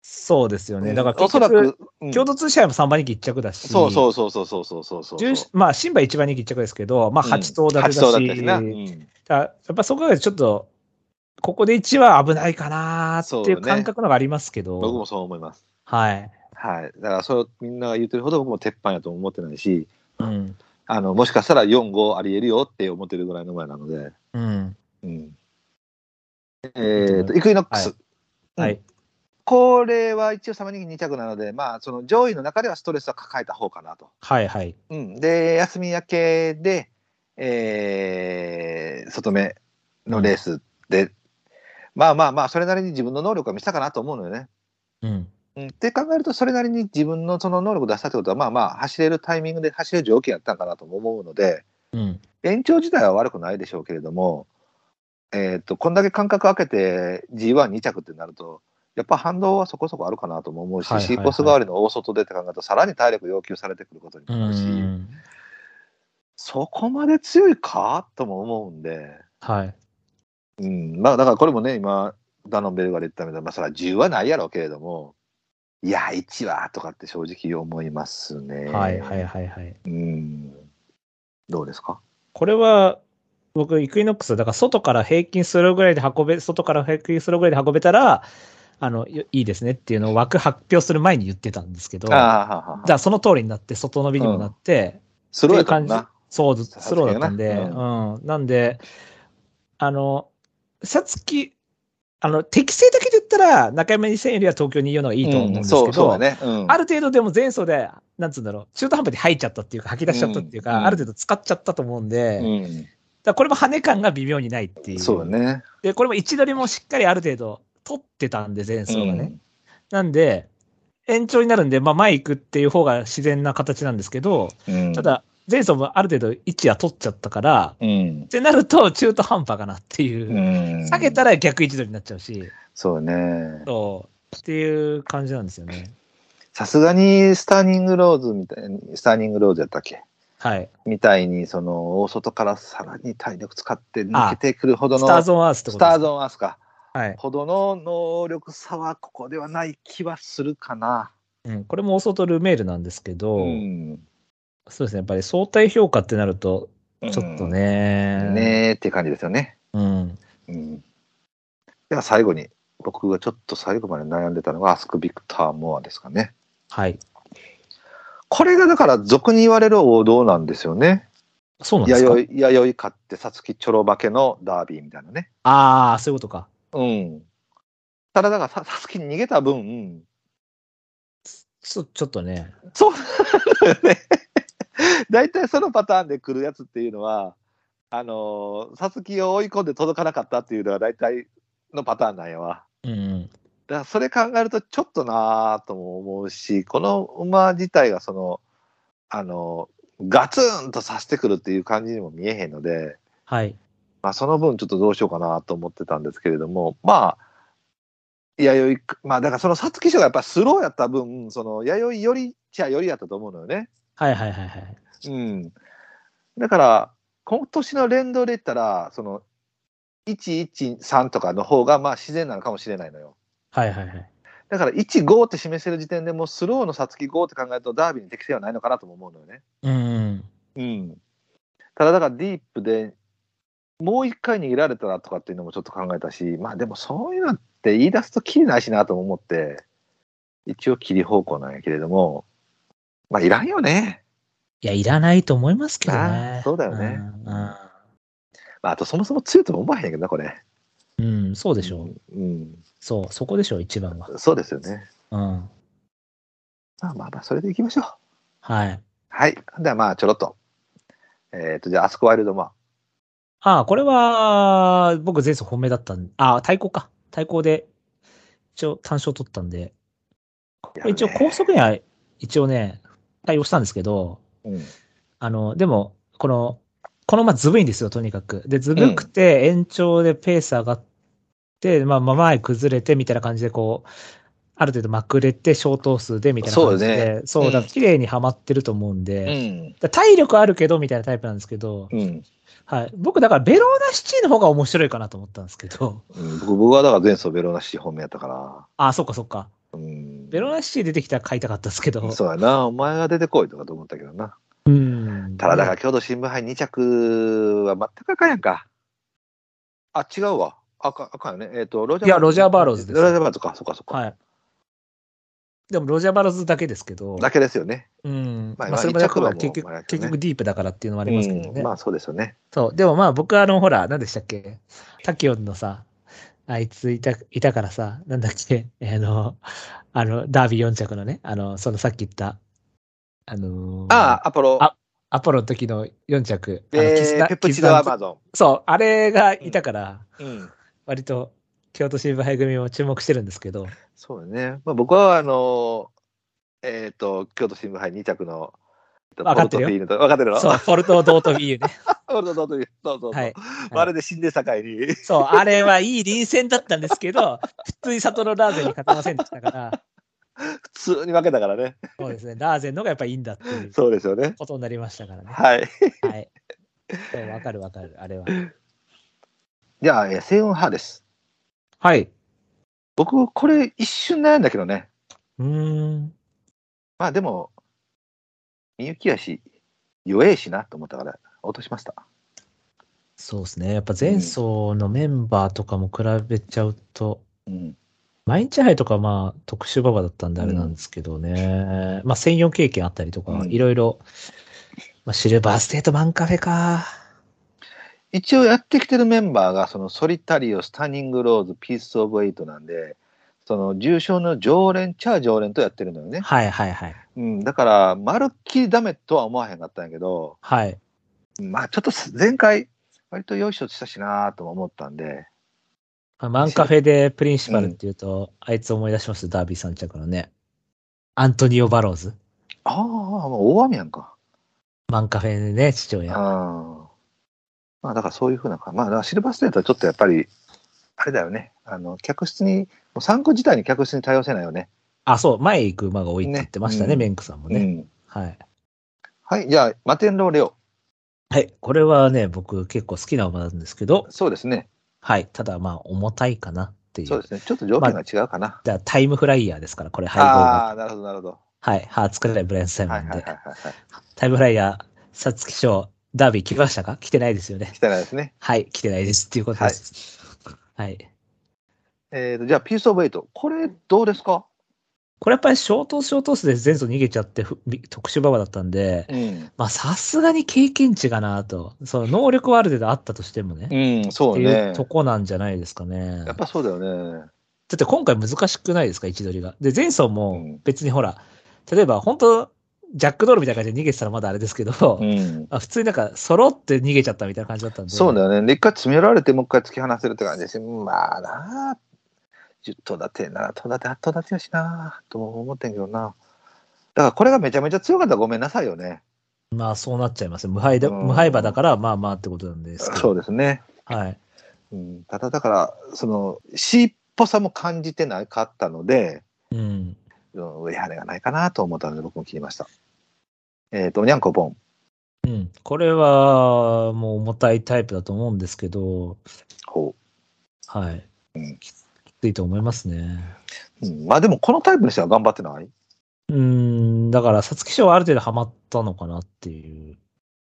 そうですよね。だから
うんお
結
そら
局、
く、うん
共同通信は3番人気1着だし、。
そうそううそうそうそうそうそうそう。
まあ、新馬1番人気1着ですけど、まあ、8頭だけだし、
うん八頭だったしな。うん
だからやっぱそこがちょっと、ここで1は危ないかなっていう
そうね
感覚のがありますけど、
僕もそう思います。
はい。
はい。だから、それをみんなが言ってるほど僕も鉄板やとも思ってないし、
うん。
あの、もしかしたら4、5ありえるよって思ってるぐらいの前なので。
うん。
うん。えっと、イクイノックス。
はいはい。
これは一応サマニキ2着なので、まあ、その上位の中ではストレスは抱えた方かなと。
はいはい。
うん、で、休み明けで、えー、外目のレースで、まあまあまあ、それなりに自分の能力は見せたかなと思うのよね。
うん。
うん、って考えると、それなりに自分のその能力を出したってことは、まあまあ、走れるタイミングで走れる条件やったんかなとも思うので、
うん。
延長自体は悪くないでしょうけれども、えー、とこんだけ間隔空けて G12 着ってなると、やっぱ反動はそこそこあるかなとも思うし、
はいはいはい
シーコース代わりの大外でって考えると、さらに体力要求されてくることにもなるし、
うん。
そこまで強いかとも思うんで、
はい。
うんまあ、だからこれもね、今、ダノンベルガで言ったみたいな、まあ、そら10はないやろうけれども、いや、1はとかって正直思いますね。
はいはいはいはい。
うん、どうですか
これは、僕、イクイノックス、だから外から平均するぐらいで運べ、外から平均するぐらいで運べたら、あの、よいいですねっていうのを枠発表する前に言ってたんですけど、
ああ
だか
ははは
らその通りになって、外伸びにもなって、
ス
って
ロ
いう
ーやったも
感
ん
じ
な。。
そう、スローだったんで、
さつきが
うん。なんで、あの、さつき、あの、適性だけで言ったら、中山2000よりは東京にいるのがいいと思うんですけど、
そうそうだね、うん
ある程度でも前走で、なんつうんだろう、中途半端に入っちゃったっていうか、吐き出しちゃったっていうか、
うん
ある程度使っちゃったと思うんで、だか
うん
らこれも跳ね感が微妙にないっていう。
そうだね。
で、これも位置取りもしっかりある程度取ってたんで、前走がね。
うん
なんで、延長になるんで、まあ前行くっていう方が自然な形なんですけど、
うん
た、だ、前走もある程度位置は取っちゃったから、
うん
ってなると中途半端かなっていう。
うん
下げたら逆位置取りになっちゃうし、
そうね。
そう。っていう感じなんですよね。
さすがにスターニングローズみたいに、スターニングローズやったっけ
はい。
みたいに、その、大外からさらに体力使って抜けてくるほどの、
スターゾーンアースって
ス
こ
タ
と
ー
です
ゾーンアースか、
はい。
ほどの能力差はここではない気はするかな。
うん、これも大外ルメールなんですけど、
うん
そうですね、やっぱり相対評価ってなると、ちょっと。ね、
うんねえっていう感じですよね。
うん。
うん。では最後に、僕がちょっと最後まで悩んでたのが、アスク・ビクター・モアですかね。
はい。
これがだから俗に言われる王道なんですよね。
そうなんですか
弥生、弥生買って、さつきちょろ化けのダービーみたいなね。
ああ、そういうことか。
うん。ただだからさ、さつきに逃げた分、
ちょちょっとね、
そうなんだよね。大体そのパターンで来るやつっていうのは、あのー、さつきを追い込んで届かなかったっていうのが大体のパターンなんやわ。
うんうん。
だからそれ考えるとちょっとなぁとも思うし、この馬自体がその、あの、ガツンとさせてくるっていう感じにも見えへんので、
はい。
まあ、その分ちょっとどうしようかなと思ってたんですけれども、まあ、弥生、まあだからその皐月賞がやっぱスローやった分、その弥生よりちゃよりやったと思うのよね。
はいはいはいはい。
うん。だから、今年の連動で言ったら、その、113とかの方がまあ自然なのかもしれないのよ。
はいはいはい。
だから15って示せる時点でもうスローのさつき5って考えるとダービーに適性はないのかなとも思うのよね。
うん。
うん。ただだからディープでもう一回逃げられたらとかっていうのもちょっと考えたし、まあでもそういうのって言い出すとキリないしなとも思って、一応切り方向なんやけれども、まあいらんよね。
いや、いらないと思いますけど
あー
ね。
そうだよね
うん。うん
まああとそもそも強いとも思わへんけどな、これ。
うん、そうで
で
しょう。。
うん。
そう、そこでしょう、一番は。
そうですよね。
うん。
まあまあまあ、それでいきましょう。
はい。
はい。ではまあ、ちょろっと。えっ、と、じゃあ、あそこワイルドマン。
ああ、これは、僕前走本命だったんああ、対抗か。対抗で、一応単勝取ったんで、これ一応
やる
高速には、一応ね、対応したんですけど、
うん。
あの、でも、この、このままずぶいんですよ、とにかく。で、ずぶくて、延長でペース上がって、まあ、まあ、前崩れて、みたいな感じで、こう、ある程度まくれて、小頭数で、みたいな感じ
そう
で。そう,、
うん
だから綺麗にはまってると思うん
う
で、
ん。
だから体力あるけど、みたいなタイプなんですけど、
うん。
はい。僕、だから、ベローナシティの方が面白いかなと思ったんですけど、
僕僕はだから前走ベローナシー本命やったから。
あ、そっかそっか。
うん。
ベローナシティ出てきたら買いたかったですけど。
そうやな。お前が出てこいとかと思ったけどな。
うん。
ただ、だから、京都新聞杯2着は全くあかんやんか。あ、違うわ。あかん、あかんよね。えっ、と、ロジャー
いやロジャーバーローズです
ロジャーバーローズか、そっかそっか。
はい。でも、ロジャーバラズだけですけど。
だけですよね。
うん。
まあ
まあ、それもだから
まあ
結
まあや
局、
けど
結
ね
局ディープだからっていうのもありますけど
う
ね
ん。まあ、そうですよね。
そう。でもまあ僕はあの、ほら、何でしたっけタキオンのさ、あいついた、いたからさ、なんだっけ、 [LAUGHS] あの、あの、ダービー4着のね、あの、そのさっき言った、あのー
ああ、アポロ。
あアポロの時の4着、あの
え
キスナ
ー、ペプチドアマ
キス
ゾ
ナそう、あれがいたから、
ン。うん。
割と、京都新聞杯組も注目してるんですけど、
そうだね。まあ、僕は、あのーえっ、と、京都新聞杯2着の、えっと
わかってるよ
ポルトフィーヌと分かってるの
そう、ポルトドート
[LAUGHS]
ビーユね。
ポルトドートフィーヌそうそうそう。
はい。
まるで死んで境に。
そう、あれはいい臨戦だったんですけど、 [LAUGHS] 普通にサトロラーゼンに勝てませんでしたから、
普通に負けたからね。
そうですね、ラーゼンのがやっぱいいんだっていう
そうですよね。
ことになりましたからね。
はい。
はい。そうわかるわかる、あれは。
じゃあ、えー、セイウン派です。
はい。
僕、これ一瞬悩んだけどね。
うーん。
まあでも、みゆきやし、弱えしなと思ったから、落としました。
そうですね。やっぱ前走のメンバーとかも比べちゃうと、
うん。
毎日杯とかまあ特殊馬場だったんであれなんですけどね。まあ専用経験あったりとか
う、ん
いろいろ、まあシルバーステートマンカフェか。
一応やってきてるメンバーが、そのソリタリオ、スタニングローズ、ピースオブエイトなんで、その重症の常連ちゃ常連とやってるのよね。
はいはいはい。
うん、だから、まるっきりダメとは思わへんかったんやけど、
はい。
まあちょっと前回、割とよいしょしたしなとも思ったんで、
まあマンカフェでプリンシパルっていうと、あいつ思い出します、ダービー三着のね。アントニオ・バローズ。
ああ、もう大雨やんか。
マンカフェでね、父親。
あまあだからそういうふうなか、まあだからシルバーステートはちょっとやっぱり、あれだよね、あの客室に、もう3区自体に客室に対応せないよね。
あ、そう、前行く馬が多いって言ってましたね、
ねうん
メンクさんもね。
うん、
はい。
はい、じゃあ、マテンローレオ、
はい。これはね、僕結構好きな馬なんですけど、
そうですね、
はい。ただまあ、重たいかなっていう。
そうですね、ちょっと条件が違うかな。
だからタイムフライヤーですから、これ配合
あ
が。
あー、なるほど、なるほど。
はい。ハーツからブレンスタイム
は
ないん
はいはい
で。
はい。
タイムフライヤー、皐月賞、ダービー来ましたか来てないですよね。
来てないですね。
はい。来てないですっていうことです。はい。
えーと、じゃあ、ピースオブエイト、これどうですか
これやっぱりショートショートスで前走逃げちゃってふ特殊馬場だったんで、
うん、
まあさすがに経験値がなと。そう、能力はある程度あったとしてもね。
うん、そ
っ
う
てい
ね
う。とこなんじゃないですかね。
やっぱそうだよね。
だって今回難しくないですか、位置取りが。で、前走
う
も
ん
別にほら、例えば本当、ジャックドールみたいな感じで逃げてたらまだあれですけど、
うん。
あ普通になんか揃って逃げちゃったみたいな感じだったんで。
そうだよね。で、一回詰められて、もう一回突き放せるって感じですよまあなあ、10頭立て、7頭立て、8頭立てやしなあ、とも思ってんけどな。だからこれがめちゃめちゃ強かったらごめんなさいよね。
まあそうなっちゃいますね。無敗だ、
うん
無敗馬だから、まあまあってことなんですけど。
そうですね。
はい。
うん、ただだから、その、C っぽさも感じてなかったので、
うん。
うん、上羽根がないかなと思ったので、僕も切りました。えっ、と、にゃんこぼん。
うん。これは、もう重たいタイプだと思うんですけど、
ほ
はい。
うん
ききついと思いますね。
う。うん、まあでも、このタイプの人は頑張ってない
うん。だから、皐月賞はある程度ハマったのかなっていう。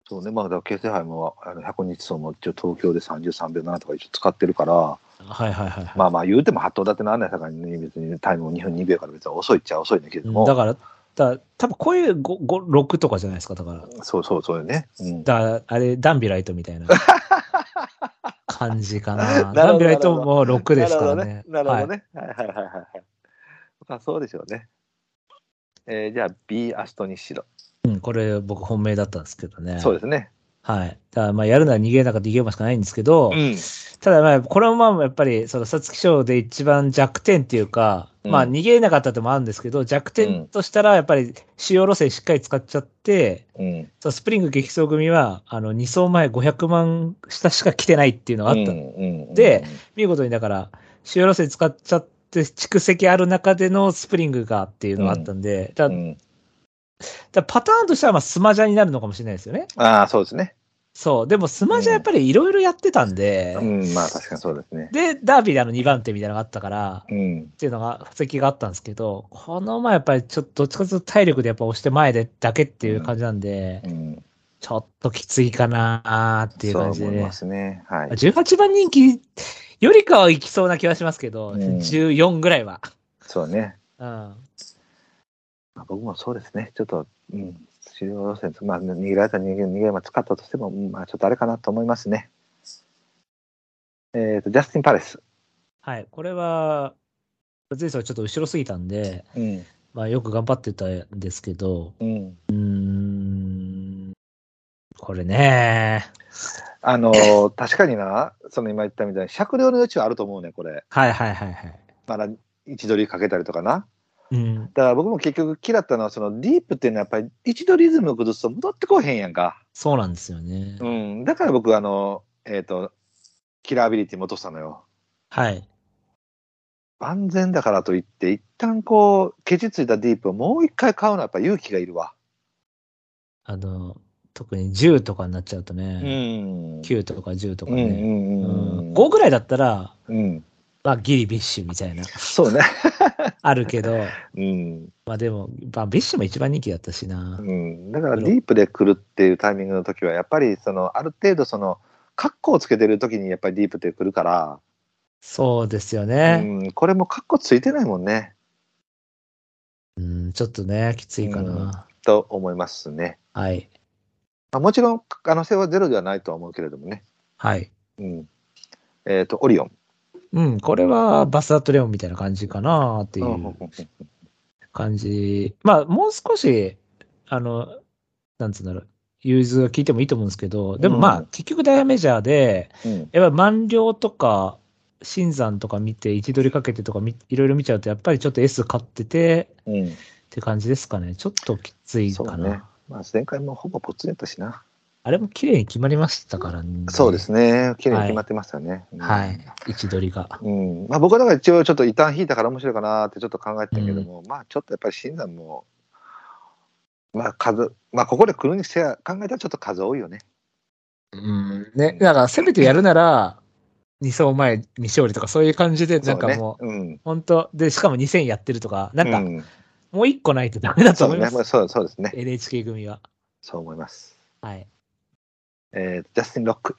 そうね、まあ、だから京成杯も、あの100日走も一応東京で33秒7とか一応使ってるから、
はいはいはい、はい。
まあまあ言うても八頭立ての案内さかに、別にタイムも2分2秒から別に遅いっちゃ遅いんだけど
う
も、
んだから、だ多分こういう5、5 6とかじゃないですか、だから。
そうそうそうよね。うん、
だからあれ、ダンビライトみ
[LAUGHS]
たいな感じか
なる
な。
ほど
ダンビライトも6ですからね。
なるほ
は
ど
い
ね。なるほどね。はい、はい、はいはいはい。まあそうでしょうね。えーじゃあ B、アストニッシロ。
うん、これ僕本命だったんですけどね。
そうですね。
はい。だからまあやるなら逃げなかった逃げ馬しかないんですけど、
ん。
ただまあ、これはまあやっぱり、その皐月賞で一番弱点っていうか、
うん
まあ逃げなかったってもあるんですけど、弱点としたらやっぱり主要路線しっかり使っちゃって、
うん。
そのスプリング激走組は、あの、2走前500万下しか来てないっていうのがあったんで
うんうん
で、見事にだから、主要路線使っちゃって、蓄積ある中でのスプリングがっていうのがあったんで、だ
うんうん、
だパターンとしてはまあスマジャになるのかもしれないですよね。
ああ、そうですね。
そう、でもスマジャやっぱりいろいろやってたんで、
うん、まあ確かにそうですね。
で、ダービーであの2番手みたいなのがあったから、
うん
っ。ていうのが、布石があったんですけど、この前やっぱりちょっとどっちかというと体力でやっぱ押して前でだけっていう感じなんで、
うん。
ちょっときついかなーっていう
そう
感じで
思い
ね
ますね。はい。
18番人気よりかはいきそうな気はしますけど、
うん
14ぐらいは。
そうね。
うん。
まあ僕もそうですね。ちょっと、うん。主要路線、まあ、逃げられた逃げ、逃げ馬使ったとしても、うんまあ、ちょっとあれかなと思いますね。えっ、と、ジャスティン・パレス。
はい、これは、前走はちょっと後ろすぎたんで、
うん。
まあ、よく頑張ってたんですけど、
うん。
うーん、これね、
あのー確かにな、その今言ったみたいに、酌量の余地はあると思うね、これ。
はいはいはいはい。
まだ位置取りかけたりとかな。
うん、
だから僕も結局嫌ったのは、そのディープっていうのはやっぱり一度リズムを崩すと戻ってこうへんやんか。
そうなんですよね。
うん。だから僕、あの、えっ、と、キラーアビリティも落としたのよ。
はい。
万全だからといって、一旦こう、ケチついたディープをもう一回買うのはやっぱ勇気がいるわ。
あの、特に10とかになっちゃうと
う
ね、
ん。
9とか10とか
うんう
ね、
んうんうん。
5ぐらいだったら、
うん。
まあ、ギリビッシュみたいな、 [LAUGHS]
そうね。
あるけど、
うん。
まあでも、まあ、ビッシュも一番人気だったしな
う。ん、だからディープで来るっていうタイミングの時はやっぱりそのある程度そのカッコをつけてる時にやっぱりディープって来るか
そうですよ
ら、
ね。
うん、これもカッコついてないもんね
うん、ちょっとね、きついかな。
と思いますね、
はい。
まあ、もちろん可能性はゼロではないとは思うけれどもね、
はい。
うんえっとオリオン
うん、これはバスダットレオンみたいな感じかなってい
うん
う感じ。まあ、もう少し、あの、なんつうんだろう、融通が効いてもいいと思うんですけど、でもまあ、
うん
結局ダイヤメジャーで、
うん
やっぱり満了とか、新山とか見て、位置取りかけてとかみ、いろいろ見ちゃうと、やっぱりちょっと S 買ってて、
うん
って感じですかね。ちょっときつい
そ
か
う
な。
ねまあ、前回もほぼぽっつりやったしな、
あれも綺麗に決まりましたからね。
そうですね綺麗に決まってましたよね、うん
はい。位置取りが。
うんまあ、僕はだから一応ちょっと異端引いたから面白いかなってちょっと考えてたけども、まあちょっとやっぱり新山も、まあ数、まあここで来るにせや考えたらちょっと数多いよね。
うん。ね、だからせめてやるなら、2走前未勝利とかそういう感じで、なんかもう、
そうね、
本当で、しかも2000やってるとか、な
うんん。
か、
うん
もう1個ないとダメだと
そ
思
う
い
ね
ます。
まあそうそうですね。
NHK 組は。
そう思います。
はい。
えー、ジャスティン・ロック。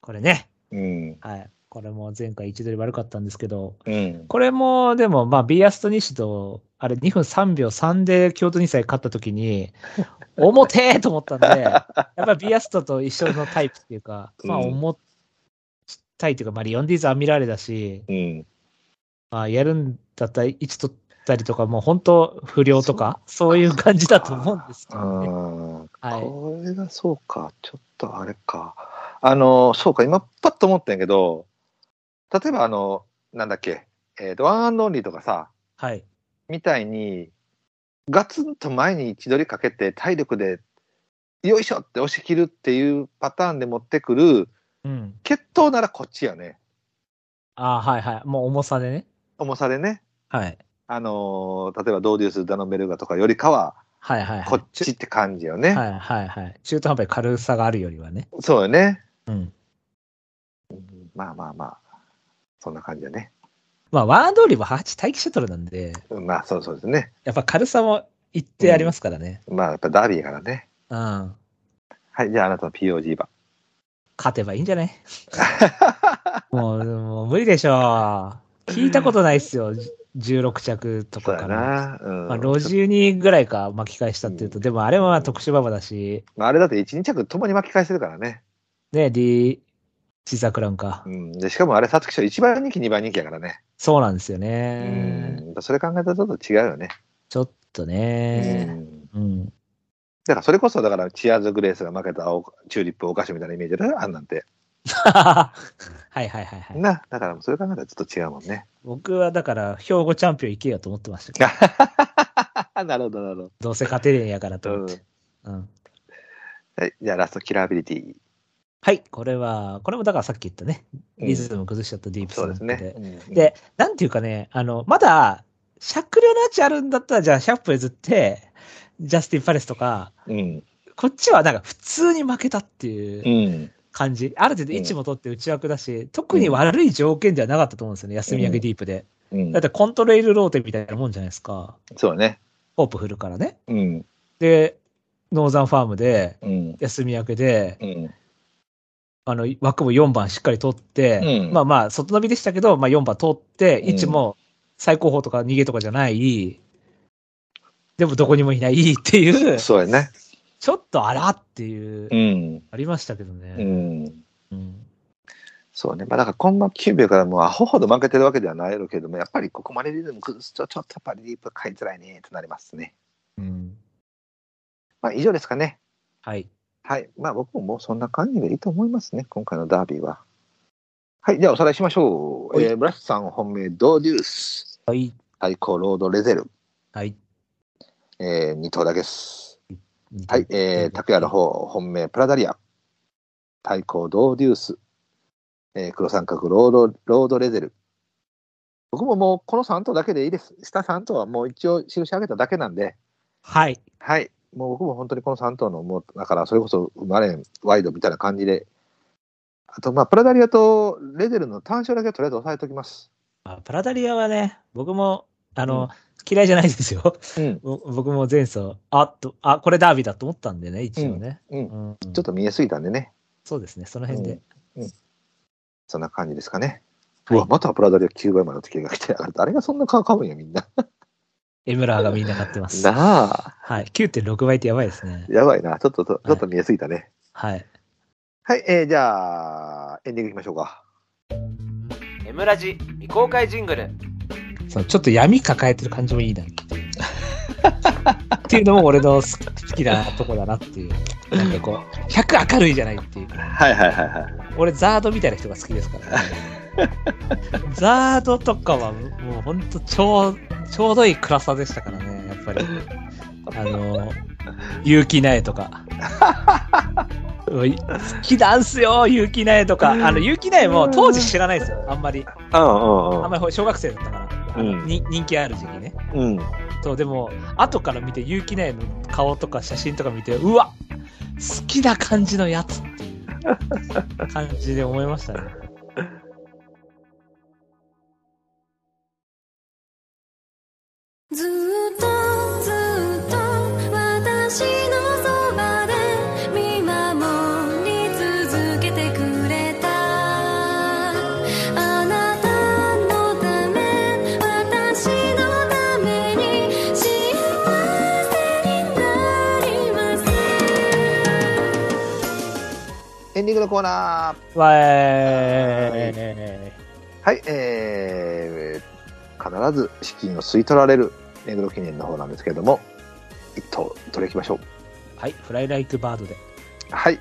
これね。
うん。
はい。これも前回位置取り悪かったんですけど、
うん。
これも、でも、まあ、ビアストニシと、あれ、2分3秒3で京都2歳勝った時に、 [LAUGHS] 重てえと思ったんで、やっぱりビアストと一緒のタイプっていうか、まあ、
うん
重たいというか、まあ、リオンディーズは見られだし、
うん。
まあ、やるんだったら位置取ったりとか、もう本当不良とか、そういう感じだと思うんですけ
う
どね。
ん。
はい。
これがそうか。ちょっとあれか。あの、そうか。今、パッと思ったんやけど、例えばあの、なんだっけ、えーと、ワンアンドオンリーとかさ、
はい。
みたいに、ガツンと前に位置取りかけて、体力でよいしょって押し切るっていうパターンで持ってくる、
うん。
決闘ならこっちやね。
ああ、はいはい。もう重さでね。
重さでね。
はい。
あのー例えばドーデュース、ダノンベルガとかよりかは、
はいはい、はい。
こっちって感じよね。
はいはいはい。中途半端に軽さがあるよりはね。
そうよね。
うん。
まあまあまあ、そんな感じだね。
まあ、ワードリーは8待機シャトルなんで、
うんまあそうそうですね。
やっぱ軽さも一定ありますからね。
まあやっぱダービーやからね。
うん。
はい、じゃああなたの POG 番。
勝てばいいんじゃ
[LAUGHS]
ないもう、もう無理でしょう。聞いたことないっすよ。じ16着と
そう
か
や
から。
な。うん。
まあ、路地にぐらいか巻き返したっていうと、でもあれはまあ特殊馬場だし、
まあ、あれだって1、2着ともに巻き返してるからね。
ね、D、チザクランか
う。ん。で、しかもあれ、皐月賞1番人気、2番人気やからね。
そうなんですよ
う
ね。
ん。それ考えたらちょっと違うよね。
ちょっと
う
ね。
ん。
うん。 [LAUGHS]
だからそれこそ、だから、チアーズ・グレースが負けた青チューリップお菓子みたいなイメージだよ、あんなんて。
はいはいはいはい。
な、だからそれ考えたらちょっと違うもん
[LAUGHS]
ね。
僕はだから、兵庫チャンピオン行けよと思ってましたけど、
なるほど、なるほ
どうせ勝てねえやからと
ど。う
思
ん
って。うん。
はい、じゃあラスト、キラーアビリティ。
はい、これは、これもだからさっき言ったね、リズム崩しちゃったディープ
そ
ス
う
ロ
で
ッ
す
プ
ね。うん、
で、なんていうかね、あの、まだ、酌量の余地あるんだったら、じゃあ100歩譲って、ジャスティン・パレスとか、
うん。。
こっちはなんか普通に負けたっていううん感じ。ある程度位置も取って内枠だし、特に悪い条件ではなかったと思うんですよね、休み明けディープで。
うん
だっ。てコントレイルローテみたいなもんじゃないですか。
そうね。
ホープ振るからね。
うん。
で、ノーザンファームで、
うん。
休み明けで、
うん。
あの、枠も4番しっかり取って、
うん
まあまあ、外伸びでしたけど、まあ4番取って、
うん
位置も最高峰とか逃げとかじゃない、でもどこにもいないっていう、
そうやね。
ちょっとあらっていう
う、ん。
ありましたけど
う
ね。
ん。
うん
そうね、まあ、だからコンマ9秒からもうアホほど負けてるわけではないやろうけども、やっぱりここまでリズム崩すと、ちょっとやっぱりリープ買いづらいねとなりますね。
うん
まあ、以上ですかね。
はい。
はい。まあ、僕ももうそんな感じでいいと思いますね、今回のダービーは。はい、じゃあおさらいしましょう。
はい
えーブラスさん本命、ドーデュース。
はい。
対抗、ロード、レゼル。
はい。
えー、2頭だけです。はい、えー、拓也の方、本命、プラダリア。対抗、ドーデュース。えー、黒三角、ロード、ロードレゼル。僕ももう、この3頭だけでいいです。下3頭はもう一応、印上げただけなんで、
はい。
はい、もう僕も本当にこの3頭の、もう、だから、それこそ、生まれん、ワイドみたいな感じで、あと、まあ、プラダリアとレゼルの単勝だけはとりあえず押さえておきます。
あプラダリアはね、僕も、あの、嫌いじゃないですよ。 [LAUGHS]
うん、
ぼ僕も前走、あっと、あ、これダービーだと思ったんでね、一応ね。
うん
ん
ちょっと見えすぎたんでね、
そうですね、その辺で。
そんな感じですかね。
はいう
わ、またプラダリア9倍までの時計が来て、あれ誰がそんな顔買うんや、みんな。
エムラーがみんな買って
[LAUGHS]
ます。は
なあ。
い。9.6倍ってやばいですね。
やばいな。ちょっと、ちょ
い
ちょっと見えすぎたね。
はい。
はい、えー、じゃあ、エンディングいきましょうか。
エムラジ未公開ジングル
そのちょっと闇抱えてる感じもいいなっていう。っていうのも俺の好き好きなとこだなっていう。なんかこう、100明るいじゃないっていう。
はいはいはいはい。
俺、ザードみたいな人が好きですから、ね。ザードとかはもうほんとちょう、ちょうどいい暗さでしたからね、やっぱり。あの、結城苗とか。 [LAUGHS] うん好きなんすよ、結城苗とか。あの、結城苗も当時知らないですよ、あんまり。あんまり小学生だったから、あの
うん
に人気ある時期ね。
うんうんうん。うん。
そう、でも、後から見て、結城内の顔とか写真とか見て、うわ好きな感じのやつっていう感じで思いま
[LAUGHS]
したね。
ずっとずっと私のそばで見守り続けてくれたあなたのため私のために幸せになります
エンディングのコーナー。
わーい。
はい、えー、必ず資金を吸い取られる、目黒記念の方なんですけれども、一頭取り行きましょう。
はい、フライライクバードで。
はい。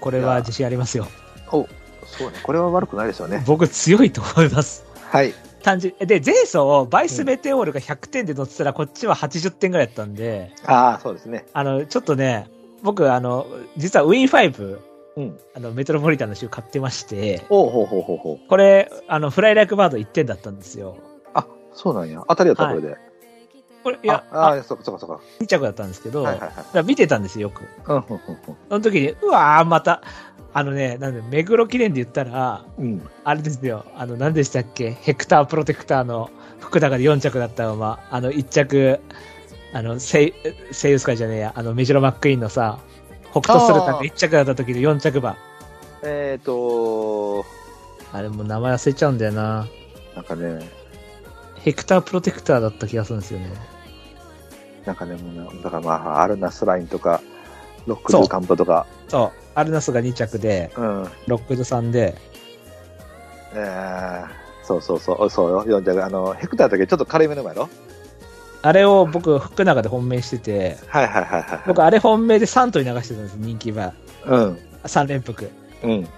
これは自信ありますよ。
お、そうね。これは悪くないですよね。
僕強いと思い
[LAUGHS]
ます。
はい。
単純にで、前走、バイスメテオールが100点で乗ってたら、こっちは80点ぐらいだったんで、
ああ、そうですね。
あの、ちょっとね、僕、あの、実は Win5、
うん。
あの、メトロポリタンの集買ってまして、
おうほうほうほうほう。
これ、あの、フライライクバード1点だったんですよ。
あ、そうなんや。当たりやった、
はい
これで。
これ、いや、
あ
あ
あ、そっかそっかそっか。
2着だったんですけど、
は
だ
いはい
か
はい。
ら見てたんですよ、よく。
うんう
その時に、うわー、また、あのね、なんで、目黒記念で言ったら、
んうんうん。うん。
あれですよ、あの、何でしたっけ、ヘクタープロテクターの福高で4着だったまま、あの、1着、あの、セイ、セイウスカイじゃねえや、あの、メジロマックイーンのさ、北斗スルタンが1着だった時の4着馬。
えっ、ー、と
あれもう名前忘れちゃうんだよな。
なんかね、
ヘクタープロテクターだった気がするんですよね。
なんかね、もうなだからまあ、アルナスラインとか、ロック
そう
ドカンポとか、
そう、アルナスが2着で、
うん。
ロックドさんで、
えー、そうそうそう、そうよ、読んじゃう。あの、ヘクターだけちょっと軽い目の前ろ
あれを僕、福永で本命してて、
はいはいはいはい。
僕、あれ本命でサントに流してたんです、人気馬。
うん。
3連服。
うん。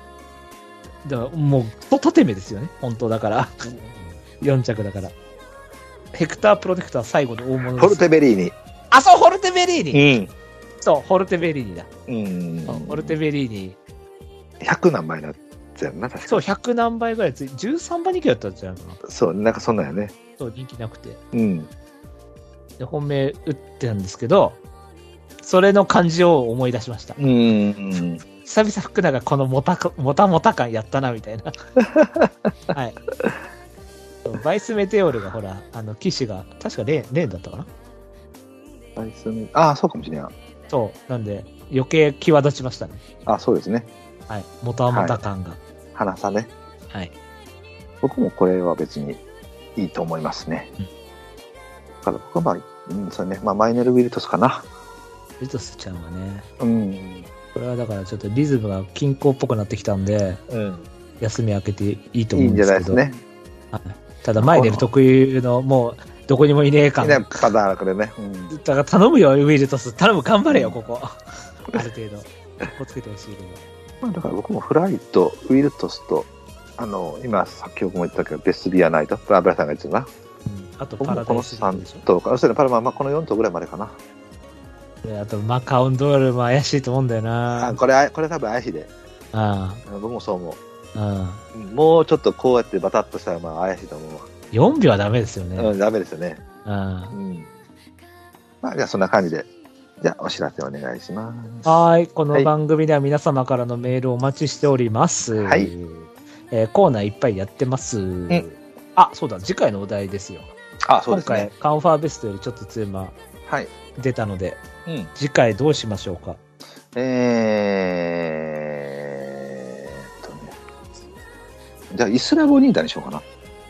でも、もう、と縦目ですよね、本当だから。4着だから。ヘクタープロテクター最後の大物です。
フォルテベリー
あ、そう、ホルテベリーニ、
に。
そう、ホルテベリーニだ。
うん。
そう
うん。
ホルテベリーニ。
100何枚なったよな、確か
そう、100何倍ぐらいつい、13倍2キロだったんじゃないかな。
そう、なんかそんなんやね。
そう、人気なくて。
うん。
で、本命打ってたんですけど、それの感じを思い出しました。
うん。
久々福永このもたかもたもた感やったなみ
[LAUGHS]
たいなはいバイスメテオールがほらあの騎士が確かレーンレーンだったかな
アイスメああ、そうかもしれん。
そうなんで余計際立ちましたね
あそうですね。
はいもたもた感が
花さね。
はい、
僕もこれは別にいいと思いますね。
うん
だから僕はまあ、うん、そうね。まあ、マイネル・ウィルトスかな。
リトスちゃんはね
うん。
これはだからちょっとリズムが均衡っぽくなってきたんで
うん。
休み明けていいと思
いい
うんん
じ
で
ゃ
す
ない
け
で
ど
すね。
ただ前出る特有のもうどこにもいねえ
い
感
いね、パターンあるからね。うん。
だから頼むよウィルトス頼む頑張れよここある程度
[LAUGHS]
ここつけてほしいけど
まあ、だから僕もフライとウィルトスと、あの、今、先ほども言ったけど、ベストビアナイト、ブラブラさんが言ってたな。
うんあと
僕
パ
も
ラ
こ
ダ
の
イスリング
3
でし
頭か、そうね、パラマン、まあ、この4頭ぐらいまでかな。
ょであとマカオンドールも怪しいと思うんだよ
あ
な
これ、あこれ多分怪しいで。
あ
うん僕もそう思う。
あ
うんもうちょっとこうやってバタッとしたら、まあ、怪しいと思うわ。
4秒はダメですよね、
うん、ダメですよね。
あ
うん。まあ、じゃあそんな感じで。じゃあお知らせお願いします。
あはーいこ
は
の
い
番組では皆様からのメールをお待ちしております、
はい
えーコーナーいっぱいやってます、
ん
あそうだ次回のお題ですよ
あ、そう
今
ですね
回。カンファーベストよりちょっとテーマ
はい。
出たので
うん。
次回どうしましょうか
えーっとね。じゃあイスラボニーダにしようか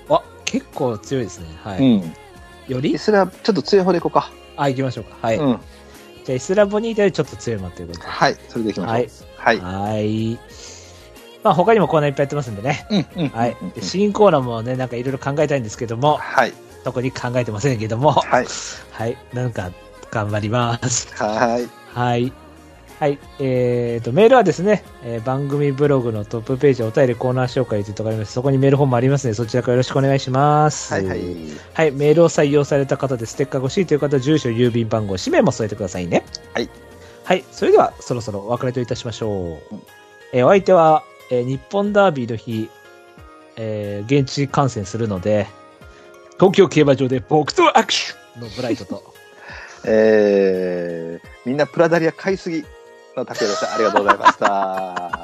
あ結構強いですねは
な。
い、
うん。
よ
イ
り
スラ、ちょっと強い方でいこうか。
あ行きましょうかはい、
うん。
じゃあイスラボニータよりちょっと強い馬ということで
はい。それでいきましょう。
は
はいい。は
は
い。
い。まあ、他にもコーナーいっぱいやってますんでね。
うん。うん。
はい
うん。
で新コーナーもね、なんかいろいろ考えたいんですけども、
はい。
特に考えてませんけど
[LAUGHS]
も、は
はい。
い。なんか、頑張ります。
はい。
はい。はい。えっ、と、メールはですね、えー番組ブログのトップページお便りコーナー紹介というところがあります。そこにメールフォームありますので、そちらからよろしくお願いします。
はい。はい。
はい、メールを採用された方でステッカーが欲しいという方は住所、郵便番号、氏名も添えてくださいね。
はい。
はい、それではそろそろお別れといたしましょう。
うん
えーお相手は、えー日本ダービーの日、えー現地観戦するので、東京競馬場で僕と握手のブライトと、
えー、みんなプラダリア買いすぎの竹でした。ありがとうございました。